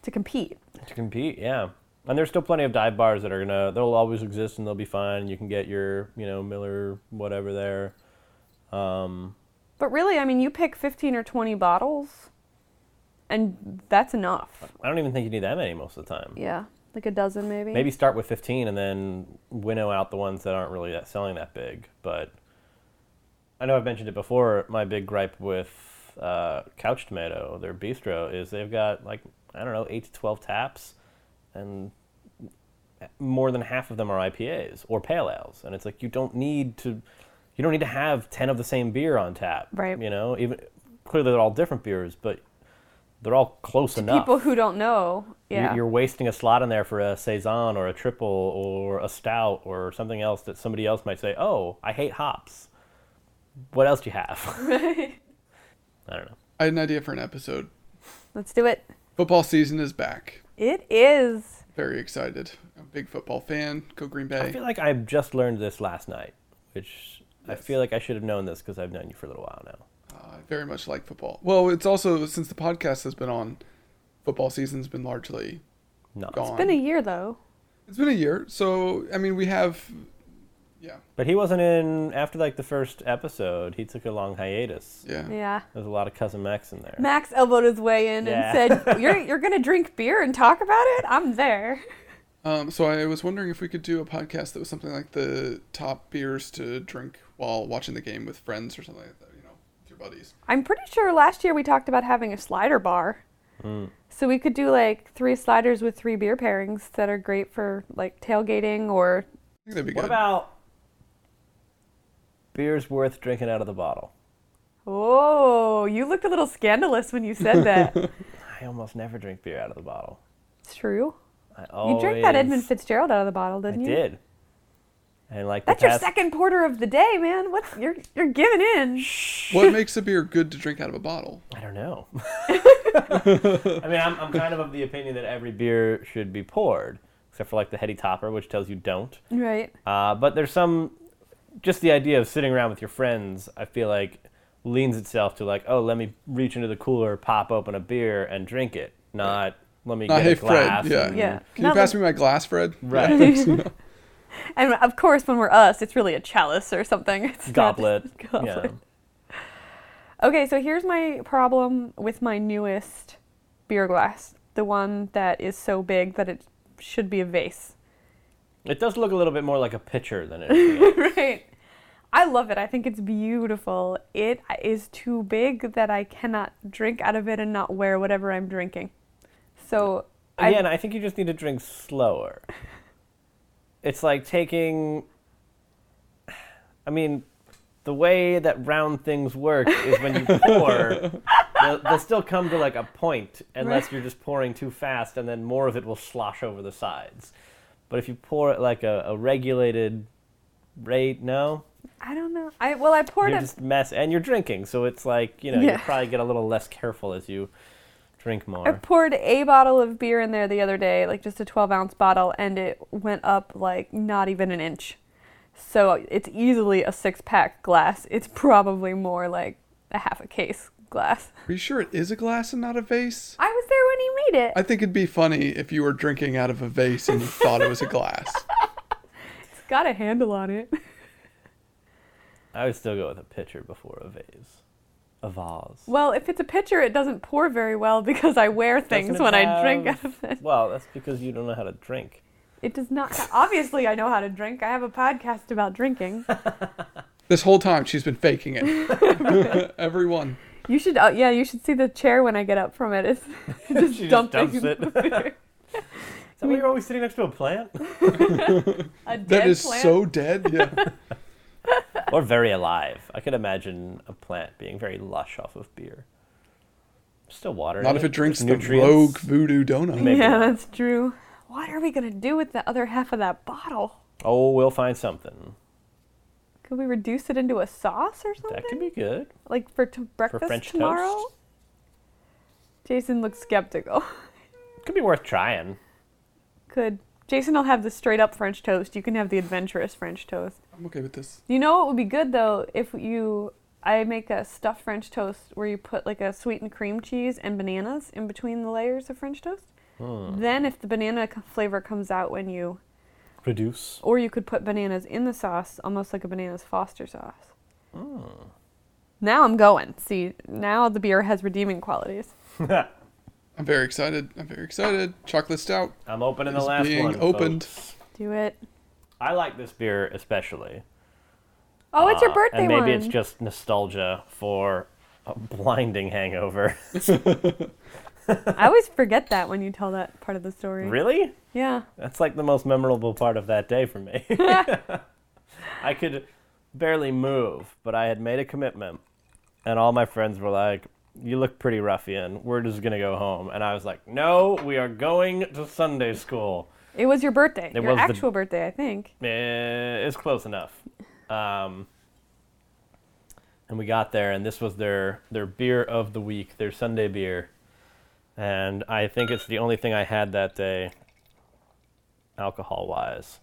Speaker 1: to compete.
Speaker 2: To compete, yeah. And there's still plenty of dive bars that are gonna they'll always exist and they'll be fine. You can get your, you know, Miller whatever there. Um
Speaker 1: But really, I mean, you pick 15 or 20 bottles and that's enough.
Speaker 2: I don't even think you need that many most of the time.
Speaker 1: Yeah, like a dozen maybe.
Speaker 2: Maybe start with 15 and then winnow out the ones that aren't really that selling that big, but I know I've mentioned it before, my big gripe with uh, Couch Tomato, their bistro is they've got like I don't know, 8 to 12 taps and more than half of them are IPAs or pale ales, and it's like you don't need to, you don't need to have ten of the same beer on tap,
Speaker 1: Right.
Speaker 2: You know, even clearly they're all different beers, but they're all close enough.
Speaker 1: People who don't know.
Speaker 2: You-
Speaker 1: Yeah.
Speaker 2: You're wasting a slot in there for a saison or a triple or a stout or something else that somebody else might say, "Oh, I hate hops." What else do you have? I don't know.
Speaker 3: I had an idea for an episode.
Speaker 1: Let's do it.
Speaker 3: Football season is back.
Speaker 1: It is.
Speaker 3: Very excited. I'm a big football fan. Go Green
Speaker 2: I
Speaker 3: Bay.
Speaker 2: feel like I just learned this last night, which I
Speaker 3: Yes.
Speaker 2: feel like I should have known this because I've known you for a little while now.
Speaker 3: Uh, I very much like football. Well, it's also since the podcast has been on, football season's been largely
Speaker 2: Not
Speaker 3: gone.
Speaker 1: Been a year though.
Speaker 3: It's been a year. So I mean, we have, yeah,
Speaker 2: But he wasn't in after like the first episode. He took a long hiatus.
Speaker 3: yeah.
Speaker 1: Yeah.
Speaker 2: There's a lot of cousin Max in there.
Speaker 1: Max elbowed his way in
Speaker 2: Yeah.
Speaker 1: and said, "You're you're gonna drink beer and talk about it? I'm there."
Speaker 3: Um, so I was wondering if we could do a podcast that was something like the top beers to drink while watching the game with friends or something like that. You know, with your buddies.
Speaker 1: I'm pretty sure last year we talked about having a slider bar,
Speaker 2: Mm.
Speaker 1: so we could do like three sliders with three beer pairings that are great for like tailgating or
Speaker 3: I think that'd be
Speaker 2: what
Speaker 3: good.
Speaker 2: about beers worth drinking out of the bottle?
Speaker 1: oh, you looked a little scandalous when you said that.
Speaker 2: I almost never drink beer out of the bottle.
Speaker 1: it's true.
Speaker 2: I
Speaker 1: You
Speaker 2: always,
Speaker 1: drank that Edmund Fitzgerald out of the bottle,
Speaker 2: I
Speaker 1: didn't you?
Speaker 2: did. And like the
Speaker 1: That's your
Speaker 2: past-
Speaker 1: second porter of the day, man. What's you're you're giving in?
Speaker 3: what makes a beer good to drink out of a bottle?
Speaker 2: I don't know. I mean, I'm, I'm kind of of the opinion that every beer should be poured, except for like the heady topper, which tells you don't.
Speaker 1: Right.
Speaker 2: Uh, but there's some, just the idea of sitting around with your friends, I feel like leans itself to like, oh, let me reach into the cooler, pop open a beer, and drink it. Not, let me
Speaker 3: Not
Speaker 2: get
Speaker 3: hey
Speaker 2: a glass.
Speaker 3: Fred. Yeah.
Speaker 2: and-
Speaker 1: Yeah.
Speaker 3: Can
Speaker 1: Not
Speaker 3: you pass
Speaker 1: like-
Speaker 3: me my glass, Fred?
Speaker 2: Right.
Speaker 1: And of course, when we're us, it's really a chalice or something. It's not-
Speaker 2: Goblet.
Speaker 1: Goblet.
Speaker 2: Yeah.
Speaker 1: Okay, so here's my problem with my newest beer glass, the one that is so big that it should be a vase.
Speaker 2: It does look a little bit more like a pitcher than anything else.
Speaker 1: right. I love it. I think it's beautiful. It is too big that I cannot drink out of it and not wear whatever I'm drinking. So I,
Speaker 2: Again, I think you just need to drink slower. It's like taking. I mean, the way that round things work is when you pour, they'll, they'll still come to like a point unless you're just pouring too fast, and then more of it will slosh over the sides. But if you pour at like a, a regulated rate, no,
Speaker 1: I don't know. I well, I poured
Speaker 2: you're
Speaker 1: it.
Speaker 2: just mess, and you're drinking, so it's like you know
Speaker 1: Yeah.
Speaker 2: you probably get a little less careful as you drink more.
Speaker 1: I poured a bottle of beer in there the other day, like just a 12 ounce bottle, and it went up like not even an inch. So it's easily a six pack glass. It's probably more like a half a case glass.
Speaker 3: Are you sure it is a glass and not a vase?
Speaker 1: I was there when he made it.
Speaker 3: I think it'd be funny if you were drinking out of a vase and you thought it was a glass.
Speaker 1: It's got a handle on it.
Speaker 2: I would still go with a pitcher before a vase. A vase.
Speaker 1: Well, if it's a pitcher, it doesn't pour very well because I wear things
Speaker 2: Doesn't it
Speaker 1: when I drink out
Speaker 2: have-
Speaker 1: of it.
Speaker 2: Well, that's because you don't know how to drink.
Speaker 1: It does not. Obviously, I know how to drink. I have a podcast about drinking.
Speaker 3: This whole time she's been faking it. Everyone.
Speaker 1: You should. Uh, yeah, you should see the chair when I get up from it. It's just
Speaker 2: She just
Speaker 1: dumping.
Speaker 2: dumps it.
Speaker 1: the beer.
Speaker 2: Is that why you're always sitting next to a plant?
Speaker 1: a dead
Speaker 3: That is
Speaker 1: plant.
Speaker 3: so dead. Yeah.
Speaker 2: or very alive. I could imagine a plant being very lush off of beer. Still water. in
Speaker 3: Not if it drinks
Speaker 2: Just
Speaker 3: the rogue voodoo donut.
Speaker 2: Maybe
Speaker 1: Yeah,
Speaker 2: not.
Speaker 1: that's true. What are we gonna do with the other half of that bottle?
Speaker 2: Oh, we'll find something.
Speaker 1: Could we reduce it into a sauce or something?
Speaker 2: That could be good.
Speaker 1: like for t- breakfast
Speaker 2: French
Speaker 1: tomorrow.
Speaker 2: toast?
Speaker 1: Jason looks skeptical.
Speaker 2: Could be worth trying.
Speaker 1: Could Jason will have the straight up French toast. You can have the adventurous French toast.
Speaker 3: I'm okay with this.
Speaker 1: You know what would be good though if you I make a stuffed French toast where you put like a sweetened cream cheese and bananas in between the layers of French toast. Then if the banana c- flavor comes out when you
Speaker 2: Reduce.
Speaker 1: or you could put bananas in the sauce almost like a bananas foster sauce. Now I'm going. See, now the beer has redeeming qualities.
Speaker 2: I'm
Speaker 3: I'm very excited. I'm very excited. Chocolate stout.
Speaker 2: opening the
Speaker 3: It's
Speaker 2: last
Speaker 3: being
Speaker 2: one.
Speaker 3: opened.
Speaker 2: folks.
Speaker 1: Do it.
Speaker 2: I like this beer especially.
Speaker 1: Oh, it's your
Speaker 2: Uh,
Speaker 1: birthday
Speaker 2: And maybe
Speaker 1: one.
Speaker 2: it's just nostalgia for a blinding hangover.
Speaker 1: I always forget that when you tell that part of the story.
Speaker 2: really?
Speaker 1: Yeah.
Speaker 2: That's like the most memorable part of that day for me. I could barely move, but I had made a commitment, and all my friends were like, "You look pretty ruffian. We're just gonna go home." And I was like, "No, we are going to Sunday school.
Speaker 1: It was your birthday.
Speaker 2: It
Speaker 1: your
Speaker 2: was the-
Speaker 1: actual birthday, I think.
Speaker 2: Eh, It's close enough." Um, and we got there, and this was their their beer of the week, their Sunday beer, and I think it's the only thing I had that day, alcohol wise,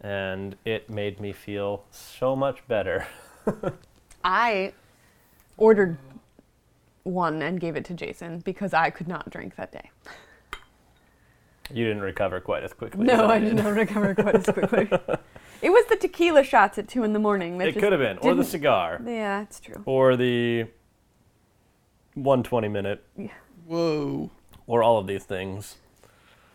Speaker 2: and it made me feel so much better.
Speaker 1: I ordered one and gave it to Jason because I could not drink that day.
Speaker 2: You didn't recover quite as quickly. as
Speaker 1: No, I did
Speaker 2: did.
Speaker 1: not recover quite as quickly. it was the tequila shots at two in the morning. That
Speaker 2: It
Speaker 1: just
Speaker 2: could have been, or the
Speaker 1: didn't-
Speaker 2: cigar,
Speaker 1: Yeah, it's true.
Speaker 2: or the 120 minute,
Speaker 3: Whoa.
Speaker 2: or all of these things.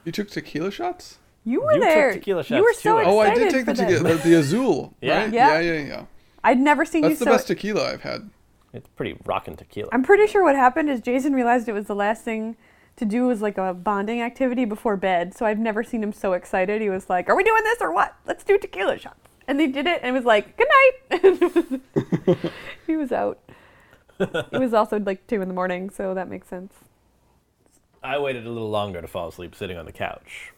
Speaker 3: You took tequila shots?
Speaker 1: You were
Speaker 2: You took
Speaker 1: there.
Speaker 2: tequila
Speaker 1: you were
Speaker 2: shots
Speaker 1: so
Speaker 2: too, I
Speaker 1: excited
Speaker 3: Oh, I did take
Speaker 1: for
Speaker 3: the
Speaker 1: that.
Speaker 3: tequila. The, the Azul.
Speaker 2: Yeah.
Speaker 3: Right?
Speaker 1: Yeah.
Speaker 3: Yeah. Yeah. Yeah.
Speaker 1: I'd never seen
Speaker 3: That's
Speaker 1: you
Speaker 3: the
Speaker 1: so.
Speaker 3: best tequila I've had.
Speaker 2: It's pretty rockin' tequila.
Speaker 1: I'm pretty sure what happened is Jason realized it was the last thing to do was like a bonding activity before bed. So I've never seen him so excited. He was like, "Are we doing this or what? Let's do tequila shots." And they did it, and it was like, "Good night." he was out. it was also like two in the morning, so that makes sense.
Speaker 2: I waited a little longer to fall asleep sitting on the couch,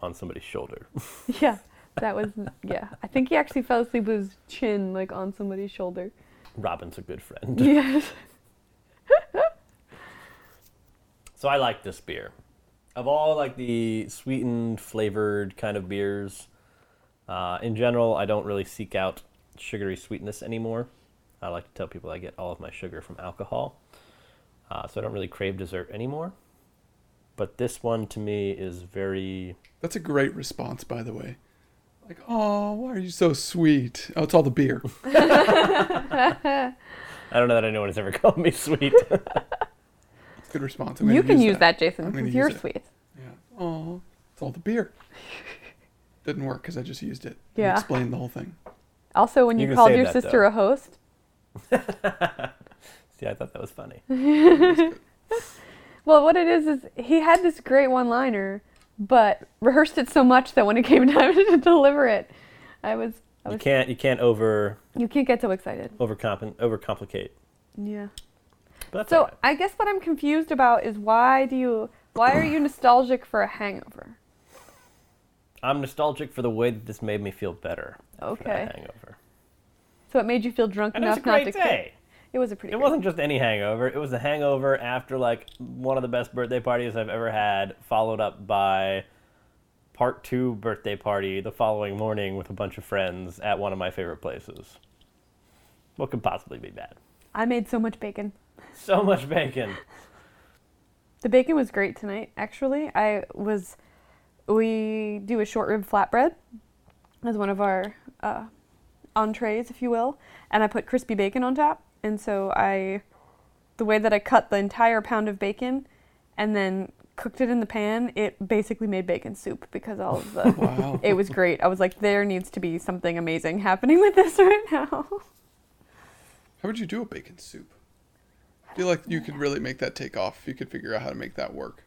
Speaker 2: on somebody's shoulder.
Speaker 1: Yeah, that was yeah. I think he actually fell asleep with his chin like on somebody's shoulder.
Speaker 2: Robin's a good friend.
Speaker 1: Yes.
Speaker 2: So I like this beer. Of all like the sweetened flavored kind of beers, uh, in general, I don't really seek out sugary sweetness anymore. I like to tell people I get all of my sugar from alcohol, uh, so I don't really crave dessert anymore. But this one to me is very
Speaker 3: That's a great response, by the way. Like, oh, why are you so sweet? Oh, it's all the beer.
Speaker 2: I don't know that anyone has ever called me sweet.
Speaker 3: Good response. I'm gonna
Speaker 1: You can use that,
Speaker 3: I'm
Speaker 1: Jason,
Speaker 3: gonna
Speaker 1: because
Speaker 3: use
Speaker 1: you're
Speaker 3: it.
Speaker 1: sweet.
Speaker 3: Yeah. Aw, it's all the beer. Didn't work because I just used it. and
Speaker 1: Yeah.
Speaker 3: Explained the whole thing.
Speaker 1: Also, when
Speaker 2: You
Speaker 1: you,
Speaker 2: can
Speaker 1: called
Speaker 2: save
Speaker 1: your
Speaker 2: that,
Speaker 1: sister
Speaker 2: though.
Speaker 1: a host,
Speaker 2: See, I thought that was funny.
Speaker 1: well, what it is is he had this great one-liner, but rehearsed it so much that when it came time to deliver it, I was, I
Speaker 2: You
Speaker 1: was,
Speaker 2: can't you can't over
Speaker 1: you can't get so excited.
Speaker 2: overcomp overcomplicate.
Speaker 1: Yeah.
Speaker 2: But that's
Speaker 1: So
Speaker 2: alright.
Speaker 1: I guess what I'm confused about is why do you, why are you nostalgic for a hangover?
Speaker 2: I'm nostalgic for the way that this made me feel better. after that
Speaker 1: Okay.
Speaker 2: Hangover.
Speaker 1: So it made you feel drunk
Speaker 2: And it was
Speaker 1: enough
Speaker 2: a great
Speaker 1: not to.
Speaker 2: day.
Speaker 1: It was a pretty.
Speaker 2: It
Speaker 1: great-
Speaker 2: wasn't just any hangover. It was the hangover after like one of the best birthday parties I've ever had, followed up by part two birthday party the following morning with a bunch of friends at one of my favorite places. What could possibly be bad?
Speaker 1: I made so much bacon.
Speaker 2: So much bacon.
Speaker 1: The bacon was great tonight, actually. I was, we do a short rib flatbread as one of our uh, entrees, if you will, and I put crispy bacon on top. And so I, the way that I cut the entire pound of bacon and then cooked it in the pan, it basically made bacon soup because all of the,
Speaker 3: Wow.
Speaker 1: it was great. I was like, there needs to be something amazing happening with this right now.
Speaker 3: How would you do a bacon soup? I feel like you could really make that take off if you could figure out how to make that work.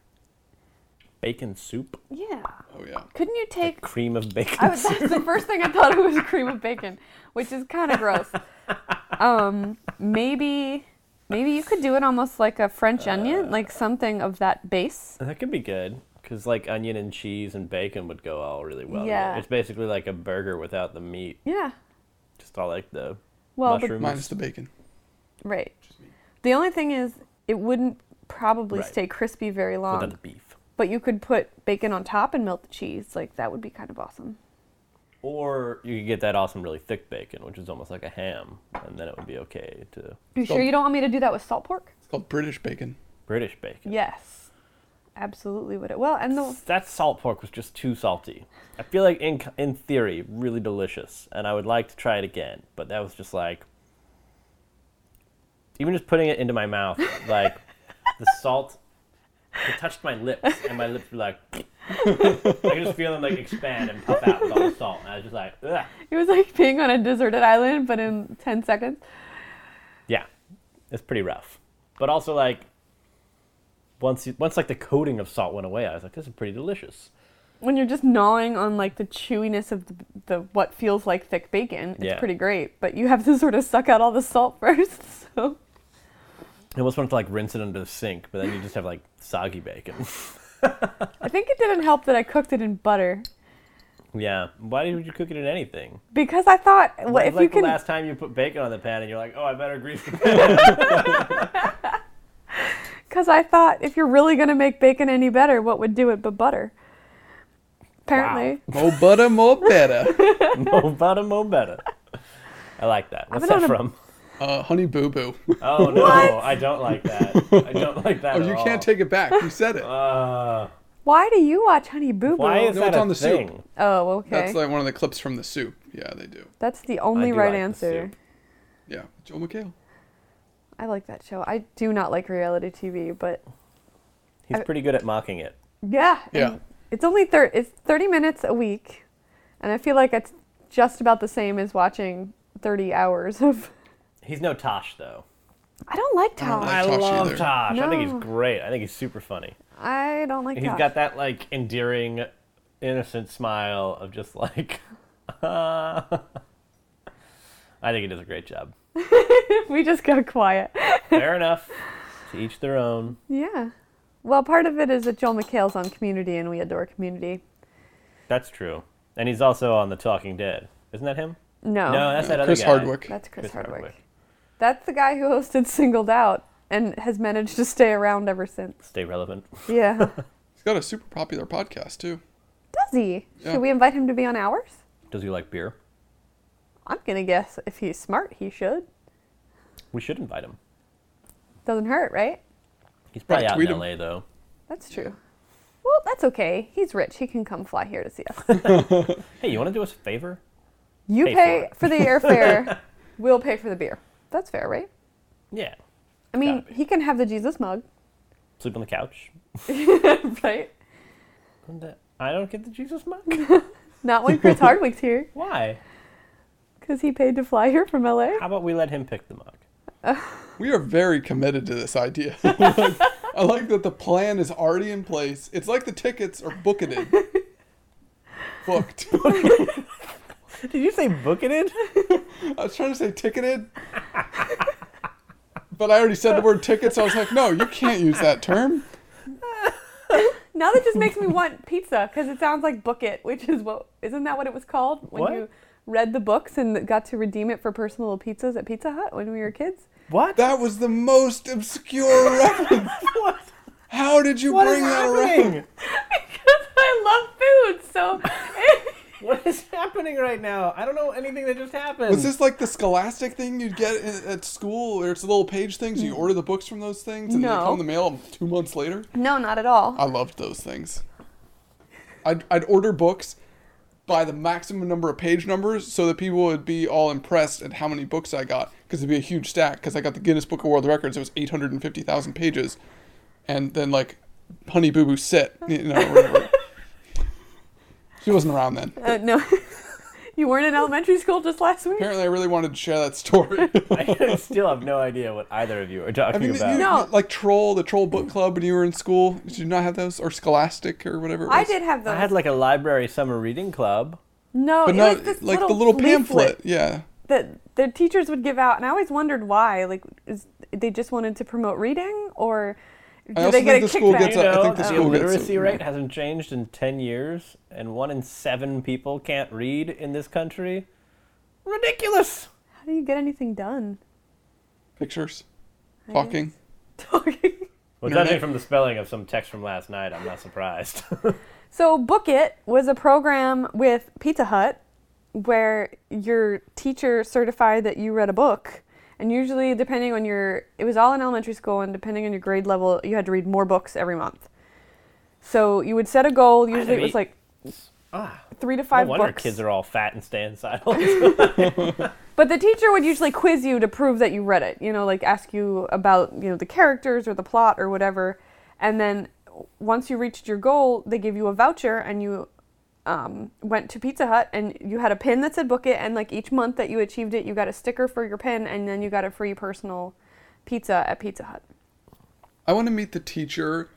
Speaker 2: Bacon soup.
Speaker 1: Yeah.
Speaker 3: Oh yeah.
Speaker 1: Couldn't you take
Speaker 2: Cream of bacon
Speaker 1: I was,
Speaker 2: soup.
Speaker 1: that's the first thing I thought of was cream of bacon, which is kind of gross. Um, maybe, maybe you could do it almost like a French onion, like something of that base.
Speaker 2: That could be good because like onion and cheese and bacon would go all really well. together.
Speaker 1: Yeah.
Speaker 2: It's basically like a burger without the meat,
Speaker 1: Yeah.
Speaker 2: just all like the
Speaker 1: Well, but,
Speaker 2: mushrooms.
Speaker 3: Minus the bacon.
Speaker 1: right.
Speaker 3: Just me.
Speaker 1: The only thing is, it wouldn't probably
Speaker 2: Right.
Speaker 1: stay crispy very long.
Speaker 2: without the beef.
Speaker 1: But you could put bacon on top and melt the cheese. Like that would be kind of awesome.
Speaker 2: Or you could get that awesome, really thick bacon, which is almost like a ham, and then it would be okay to
Speaker 1: You
Speaker 3: So-
Speaker 1: sure you don't want me to do that with salt pork?
Speaker 3: It's called British bacon.
Speaker 2: British bacon.
Speaker 1: Yes. Absolutely would it. Well, and the
Speaker 2: That salt pork was just too salty. I feel like in in theory, really delicious, and I would like to try it again. But that was just like, even just putting it into my mouth, like the salt, it touched my lips, and my lips were like, I could just feel them like expand and puff out with all the salt, and I was just like, Ugh.
Speaker 1: it was like being on a deserted island, but in ten seconds.
Speaker 2: Yeah, it's pretty rough. But also like once you, once like the coating of salt went away, I was like, this is pretty delicious.
Speaker 1: when you're just gnawing on like the chewiness of the, the what feels like thick bacon, it's
Speaker 2: Yeah.
Speaker 1: pretty great. But you have to sort of suck out all the salt first. So
Speaker 2: I almost wanted to like rinse it under the sink, but then you just have like soggy bacon.
Speaker 1: I think it didn't help that I cooked it in butter
Speaker 2: yeah. Why would you cook it in anything?
Speaker 1: because I thought, well,
Speaker 2: What
Speaker 1: if
Speaker 2: like
Speaker 1: you can,
Speaker 2: the last time you put bacon on the pan and you're like, oh, I better grease the pan.
Speaker 1: because I thought if you're really gonna make bacon any better, what would do it but butter? Apparently,
Speaker 3: More butter, more better.
Speaker 2: mo butter, mo better. I like that. What's
Speaker 1: been
Speaker 2: that
Speaker 1: on a-
Speaker 2: from?
Speaker 3: Uh, honey boo boo.
Speaker 2: Oh no, I don't like that. I don't like that.
Speaker 3: Oh,
Speaker 2: at
Speaker 3: you
Speaker 2: all.
Speaker 3: can't take it back. You said it.
Speaker 2: Uh,
Speaker 1: why do you watch Honey Boo Boo?
Speaker 2: why is
Speaker 3: No,
Speaker 2: that
Speaker 3: it's
Speaker 2: a
Speaker 3: on the soup.
Speaker 2: thing?
Speaker 1: oh, okay,
Speaker 3: That's
Speaker 1: that's,
Speaker 3: like one of the clips from the soup. Yeah, they do.
Speaker 1: the only
Speaker 2: do
Speaker 1: right
Speaker 2: like the
Speaker 1: answer.
Speaker 2: soup.
Speaker 3: Yeah, Joe McHale.
Speaker 1: I like that show. I do not like reality TV, but
Speaker 2: He's pretty good at mocking it.
Speaker 1: Yeah.
Speaker 3: Yeah.
Speaker 1: and It's only thir- it's 30 minutes a week, and I feel like it's just about the same as watching 30 hours of.
Speaker 2: He's no Tosh though.
Speaker 1: I don't like
Speaker 3: don't
Speaker 1: Tosh.
Speaker 3: like
Speaker 2: I
Speaker 3: Tosh
Speaker 2: love
Speaker 3: either.
Speaker 2: Tosh. I think he's
Speaker 1: No.
Speaker 2: great. I think he's super funny.
Speaker 1: I don't like
Speaker 2: And he's
Speaker 1: Tosh.
Speaker 2: got that like endearing, innocent smile of just like. I think he does a great job.
Speaker 1: we just got quiet.
Speaker 2: Fair enough. To each their own.
Speaker 1: Yeah. Well, part of it is that Joel McHale's on Community, and we adore Community.
Speaker 2: That's true. And he's also on The Talking Dead. Isn't that him?
Speaker 1: No,
Speaker 2: No, that's that other
Speaker 3: Chris
Speaker 2: guy.
Speaker 3: Hardwick.
Speaker 1: that's Chris,
Speaker 2: Chris
Speaker 1: Hardwick.
Speaker 2: Hardwick.
Speaker 1: That's the guy who hosted Singled Out and has managed to stay around ever since.
Speaker 2: Stay relevant.
Speaker 1: Yeah.
Speaker 3: He's got a super popular podcast too.
Speaker 1: Does he?
Speaker 3: Yeah.
Speaker 1: Should we invite him to be on ours?
Speaker 2: Does he like beer?
Speaker 1: I'm gonna guess if he's smart, he should.
Speaker 2: We should invite him.
Speaker 1: Doesn't hurt, right?
Speaker 2: He's probably
Speaker 3: Yeah,
Speaker 2: out
Speaker 3: tweet
Speaker 2: in
Speaker 3: him.
Speaker 2: LA though.
Speaker 1: That's true. Well, that's okay. He's rich. He can come fly here to see us.
Speaker 2: Hey, you want to do us a favor?
Speaker 1: You
Speaker 2: Pay
Speaker 1: pay
Speaker 2: for
Speaker 1: for the airfare. we'll pay for the beer. That's fair, right?
Speaker 2: Yeah.
Speaker 1: I mean,
Speaker 2: Gotta be.
Speaker 1: he can have the Jesus mug,
Speaker 2: Sleep on the couch.
Speaker 1: right?
Speaker 2: And the- I don't get the Jesus mug.
Speaker 1: Not when Chris Hardwick's here,
Speaker 2: Why?
Speaker 1: because he paid to fly here from LA.
Speaker 2: How about we let him pick the mug?
Speaker 3: We are very committed to this idea. I like that the plan is already in place. It's like the tickets are bucketed. Booked.
Speaker 2: Did you say bucketed?
Speaker 3: I was trying to say ticketed. But I already said the word tickets. I was like, no, you can't use that term.
Speaker 1: Now that just makes me want pizza, because it sounds like book it, which is what isn't that what it was called when
Speaker 2: What?
Speaker 1: you read the books and got to redeem it for personal pizzas at Pizza Hut when we were kids?
Speaker 2: What?
Speaker 3: That was the most obscure reference.
Speaker 2: what?
Speaker 3: How did you
Speaker 2: What is
Speaker 3: bring that around?
Speaker 2: happening?
Speaker 1: Because I love food, so
Speaker 2: What is happening right now? I don't know anything that just happened.
Speaker 3: Was this like the scholastic thing you'd get in, at school, or it's the little page things?
Speaker 2: Mm.
Speaker 3: You order the books from those things, and they
Speaker 1: No.
Speaker 3: come in the mail two months later.
Speaker 1: no, not at all.
Speaker 3: I loved those things. I'd, I'd order books by the maximum number of page numbers so that people would be all impressed at how many books I got because it'd be a huge stack. Because I got the Guinness Book of World Records, it was 850,000 pages. And then, like, Honey Boo Boo Sit, you know, or whatever. she wasn't around then.
Speaker 1: Uh, no, you weren't in elementary school just last week.
Speaker 3: Apparently, I really wanted to share that story.
Speaker 2: I still have no idea what either of you are talking
Speaker 3: I mean, you,
Speaker 2: about.
Speaker 1: No.
Speaker 3: like Troll, the Troll Book Club when you were in school. Did you not have those? Or Scholastic or whatever it was?
Speaker 1: I did have those.
Speaker 2: I had like a library summer reading club.
Speaker 1: no,
Speaker 3: But
Speaker 1: it
Speaker 3: not
Speaker 1: was this
Speaker 3: like
Speaker 1: little
Speaker 3: the little
Speaker 1: leaflet
Speaker 3: pamphlet. Yeah.
Speaker 1: that the teachers would give out, and I always wondered why. Like, is, they just wanted to promote reading, or do
Speaker 3: also
Speaker 1: they get
Speaker 3: think
Speaker 1: a
Speaker 3: the school
Speaker 1: kickback?
Speaker 3: gets
Speaker 2: You
Speaker 3: I
Speaker 2: know,
Speaker 3: think the
Speaker 2: the
Speaker 3: school gets it.
Speaker 2: literacy rate hasn't changed in 10 years, and one in seven people can't read in this country. Ridiculous!
Speaker 1: How do you get anything done?
Speaker 3: Pictures.
Speaker 1: I guess.
Speaker 3: Talking.
Speaker 1: Talking.
Speaker 2: Well,
Speaker 3: Internet.
Speaker 2: judging from the spelling of some text from last night, I'm not surprised.
Speaker 1: So Book It was a program with Pizza Hut where your teacher certified that you read a book. And usually depending on your it was all in elementary school and depending on your grade level, you had to read more books every month. So you would set a goal,
Speaker 2: had
Speaker 1: usually
Speaker 2: to
Speaker 1: it was
Speaker 2: read
Speaker 1: like
Speaker 2: ah,
Speaker 1: three to
Speaker 2: no
Speaker 1: five
Speaker 2: wonder
Speaker 1: books.
Speaker 2: kids are all fat and stay inside all the time.
Speaker 1: But the teacher would usually quiz you to prove that you read it, you know, like ask you about, you know, the characters or the plot or whatever. And then once you reached your goal, they gave you a voucher and you um, went to Pizza Hut and you had a pin that said book it. And like each month that you achieved it, you got a sticker for your pin and then you got a free personal pizza at Pizza Hut.
Speaker 3: I want to meet the teacher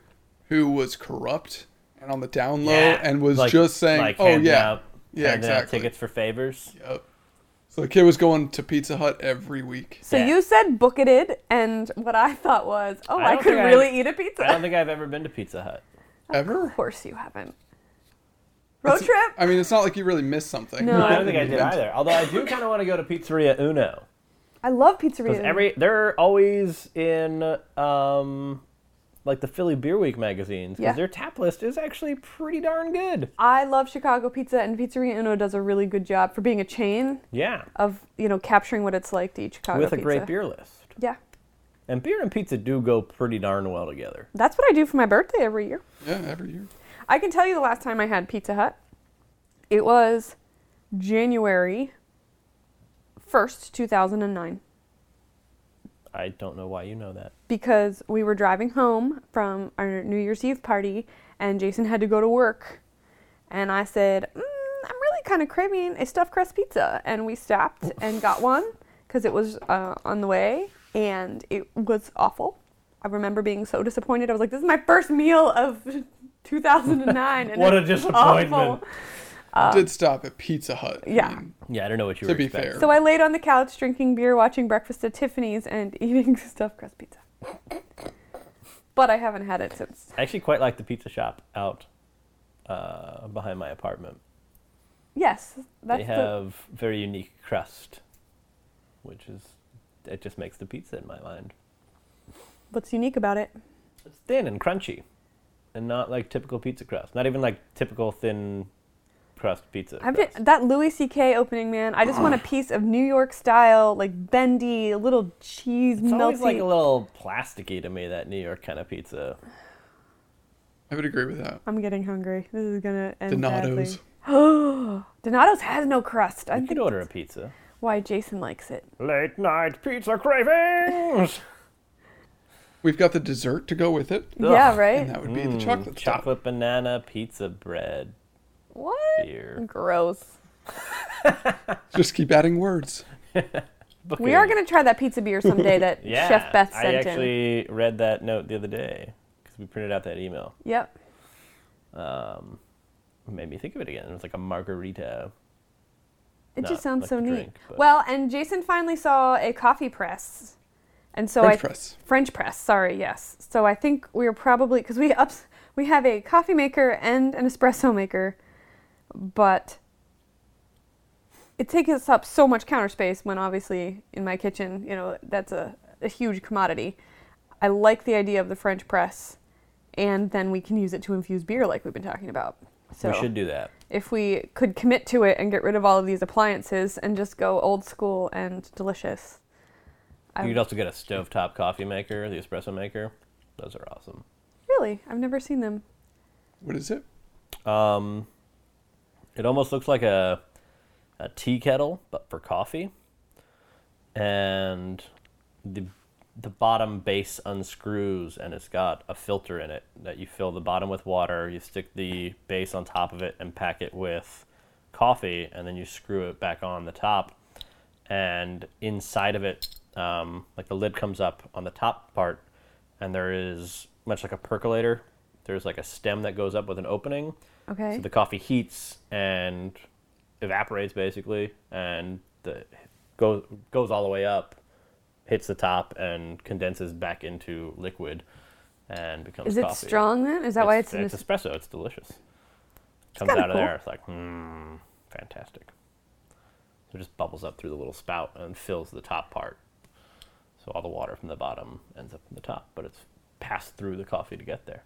Speaker 3: who was corrupt and on the down low
Speaker 2: Yeah,
Speaker 3: and was
Speaker 2: like-
Speaker 3: just saying,
Speaker 2: like
Speaker 3: "Oh
Speaker 2: handing
Speaker 3: yeah,
Speaker 2: out-
Speaker 3: yeah,
Speaker 2: handing out
Speaker 3: exactly."
Speaker 2: tickets for favors.
Speaker 3: Yep. So the kid was going to Pizza Hut every week.
Speaker 1: So
Speaker 2: Yeah.
Speaker 1: you said booketed, and what I thought was, oh,
Speaker 2: I
Speaker 1: I,
Speaker 2: don't
Speaker 1: could
Speaker 2: think I-
Speaker 1: really eat a pizza.
Speaker 2: I don't think I've ever been to Pizza Hut.
Speaker 1: Of
Speaker 3: Ever?
Speaker 1: course you haven't. Road
Speaker 3: It's-
Speaker 1: trip?
Speaker 3: I mean, it's not like you really missed something.
Speaker 1: No.
Speaker 2: No, I don't think I
Speaker 3: You
Speaker 2: did
Speaker 3: didn't.
Speaker 2: either. Although I do kind of want to go to Pizzeria Uno.
Speaker 1: I love pizzeria.
Speaker 2: Because every they're always in um, like the Philly Beer Week magazines because
Speaker 1: Yeah.
Speaker 2: their tap list is actually pretty darn good.
Speaker 1: I love Chicago pizza, and Pizzeria Uno does a really good job for being a chain
Speaker 2: Yeah,
Speaker 1: of you know capturing what it's like to eat Chicago
Speaker 2: with a
Speaker 1: pizza.
Speaker 2: great beer list.
Speaker 1: Yeah,
Speaker 2: And beer and pizza do go pretty darn well together.
Speaker 1: that's what I do for my birthday every year.
Speaker 3: Yeah, every year.
Speaker 1: I can tell you the last time I had Pizza Hut. It was January first, two thousand and nine,
Speaker 2: I don't know why you know that.
Speaker 1: because we were driving home from our New Year's Eve party, and Jason had to go to work, and I said. Mm, I'm really kind of craving a stuffed crust pizza, and we stopped and got one because it was uh, on the way, and it was awful. I remember being so disappointed. I was like, "This is my first meal of 2009." And
Speaker 2: What a
Speaker 1: it's
Speaker 2: disappointment.
Speaker 1: awful."
Speaker 2: Uh.
Speaker 1: Uh,
Speaker 3: did stop at Pizza Hut. I
Speaker 1: yeah.
Speaker 3: mean,
Speaker 2: Yeah, I don't know what you
Speaker 3: To
Speaker 2: were
Speaker 3: be
Speaker 2: expecting.
Speaker 3: fair.
Speaker 1: So I laid on the couch drinking beer, watching Breakfast at Tiffany's, and eating stuffed crust pizza. But I haven't had it since.
Speaker 2: I actually quite like the pizza shop out uh, behind my apartment.
Speaker 1: Yes, that's
Speaker 2: they
Speaker 1: the,
Speaker 2: have very unique crust, which is it just makes the pizza in my mind.
Speaker 1: what's unique about it.
Speaker 2: It's thin and crunchy, and not like typical pizza crust. Not even like typical thin crust pizza.
Speaker 1: I'm
Speaker 2: crust.
Speaker 1: just, that Louis C.K. opening, man. I just want a piece of New York style, like bendy, a little cheese,
Speaker 2: it's always
Speaker 1: melty.
Speaker 2: like a little plasticky to me. That New York kind of pizza.
Speaker 3: I would agree with that.
Speaker 1: I'm getting hungry. This is gonna end
Speaker 3: Donato's.
Speaker 1: badly. Donato's has no crust. I
Speaker 2: You
Speaker 1: think
Speaker 2: could order a pizza.
Speaker 1: why Jason likes it.
Speaker 2: Late night pizza cravings.
Speaker 3: We've got the dessert to go with it,
Speaker 1: Yeah,
Speaker 2: Ugh.
Speaker 1: right?
Speaker 3: and that would be the chocolate.
Speaker 2: Mm,
Speaker 3: stuff.
Speaker 2: Chocolate banana pizza bread
Speaker 1: what?
Speaker 2: beer.
Speaker 1: Gross.
Speaker 3: Just keep adding words.
Speaker 1: We are going to try that pizza beer someday that
Speaker 2: Yeah,
Speaker 1: Chef Beth
Speaker 2: I
Speaker 1: sent in.
Speaker 2: actually read that note the other day because we printed out that email.
Speaker 1: Yep.
Speaker 2: Um, it made me think of it again. It was like a margarita.
Speaker 1: It
Speaker 2: Not
Speaker 1: just sounds
Speaker 2: like
Speaker 1: so
Speaker 2: the
Speaker 1: neat.
Speaker 2: drink, but-
Speaker 1: well, and Jason finally saw a coffee press. And so
Speaker 3: French
Speaker 1: I
Speaker 3: press.
Speaker 1: French press, sorry, yes. So I think we are probably cuz we ups, we have a coffee maker and an espresso maker, but it takes us up so much counter space when obviously in my kitchen, you know, that's a, a huge commodity. I like the idea of the French press and then we can use it to infuse beer like we've been talking about. So
Speaker 2: We should do that.
Speaker 1: if we could commit to it and get rid of all of these appliances and just go old school and delicious. I
Speaker 2: You could also get a stovetop coffee maker, the espresso maker. Those are awesome.
Speaker 1: Really? I've never seen them.
Speaker 3: What is it?
Speaker 2: Um, it almost looks like a a tea kettle, but for coffee. And the the bottom base unscrews, and it's got a filter in it that you fill the bottom with water. You stick the base on top of it and pack it with coffee, and then you screw it back on the top. And inside of it, um, like the lid comes up on the top part, and there is much like a percolator. There's like a stem that goes up with an opening,
Speaker 1: Okay.
Speaker 2: so the coffee heats and evaporates basically, and the goes goes all the way up, hits the top, and condenses back into liquid, and becomes.
Speaker 1: Is it
Speaker 2: coffee.
Speaker 1: strong then? Is that why it's,
Speaker 2: It's,
Speaker 1: in
Speaker 2: it's
Speaker 1: this?
Speaker 2: espresso. It's delicious. Comes
Speaker 1: kinda
Speaker 2: out of
Speaker 1: cool.
Speaker 2: there. It's like hmm, fantastic. So it just bubbles up through the little spout and fills the top part. So all the water from the bottom ends up in the top, but it's passed through the coffee to get there.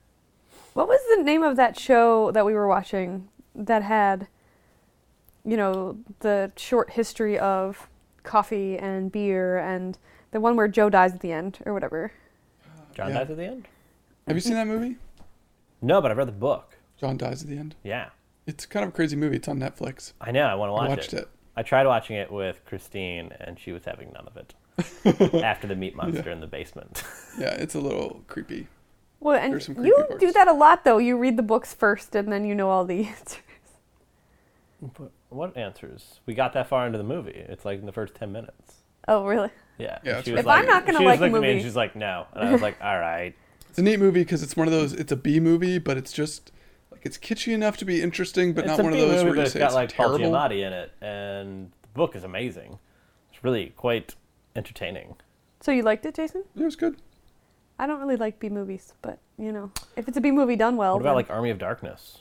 Speaker 1: What was the name of that show that we were watching that had, you know, the short history of coffee and beer and the one where Joe dies at the end or whatever?
Speaker 2: John
Speaker 3: Yeah.
Speaker 2: dies at the end.
Speaker 3: Have you seen that movie?
Speaker 2: No, but I've read the book.
Speaker 3: John dies at the end.
Speaker 2: Yeah,
Speaker 3: It's kind of a crazy movie. It's on Netflix.
Speaker 2: I know. I want to watch
Speaker 3: I watched it.
Speaker 2: I tried watching it with Christine, and she was having none of it. After the meat monster in the basement.
Speaker 3: Yeah, it's a little creepy.
Speaker 1: Well, and
Speaker 3: There's some creepy
Speaker 1: you do
Speaker 3: parts.
Speaker 1: that a lot though. You read the books first and then you know all the answers.
Speaker 2: But what answers? We got that far into the movie. It's like in the first ten minutes.
Speaker 1: Oh, really?
Speaker 2: Yeah.
Speaker 3: Yeah,
Speaker 2: and she
Speaker 3: that's
Speaker 2: was
Speaker 3: If I'm
Speaker 2: like-
Speaker 1: not gonna
Speaker 2: she was
Speaker 1: like a
Speaker 2: looking at me and
Speaker 1: movie-
Speaker 2: she's like, no, and I was like, all right.
Speaker 3: It's a neat movie because it's one of those. It's a B movie, but it's just like it's kitschy enough to be interesting, but
Speaker 2: it's
Speaker 3: not
Speaker 2: a
Speaker 3: one of
Speaker 2: B
Speaker 3: those
Speaker 2: movie,
Speaker 3: where you
Speaker 2: but it's
Speaker 3: say
Speaker 2: got
Speaker 3: it's
Speaker 2: like Paul
Speaker 3: terrible.
Speaker 2: Giamatti in it, and the book is amazing. It's really quite entertaining.
Speaker 1: So you liked it, Jason?
Speaker 3: Yeah, it was good.
Speaker 1: I don't really like B movies, but you know, if it's a B movie done well,
Speaker 2: What about
Speaker 1: then-
Speaker 2: like Army of Darkness?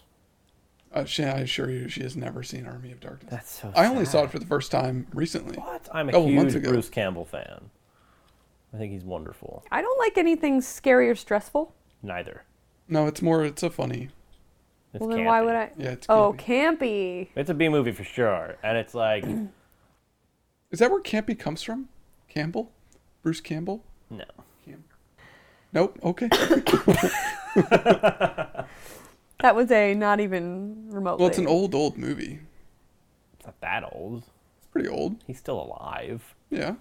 Speaker 3: Uh, she, I assure you, she has never seen Army of Darkness.
Speaker 2: That's so.
Speaker 3: I only saw it for the first time recently.
Speaker 2: What? I'm a
Speaker 3: couple months
Speaker 2: huge
Speaker 3: ago.
Speaker 2: Bruce Campbell fan. I think he's wonderful.
Speaker 1: I don't like anything scary or stressful.
Speaker 2: Neither.
Speaker 3: No, it's more. It's a funny.
Speaker 2: It's
Speaker 1: well, then why
Speaker 2: campy.
Speaker 1: would I?
Speaker 3: Yeah, it's.
Speaker 1: Oh,
Speaker 3: campy.
Speaker 1: campy.
Speaker 2: It's a B movie for sure, and it's like
Speaker 3: Is that where campy comes from? Campbell, Bruce Campbell.
Speaker 2: no.
Speaker 3: Cam- Nope. Okay.
Speaker 1: That was a not even remotely.
Speaker 3: well, it's an old, old movie.
Speaker 2: It's not that old.
Speaker 3: It's pretty old.
Speaker 2: He's still alive.
Speaker 3: Yeah.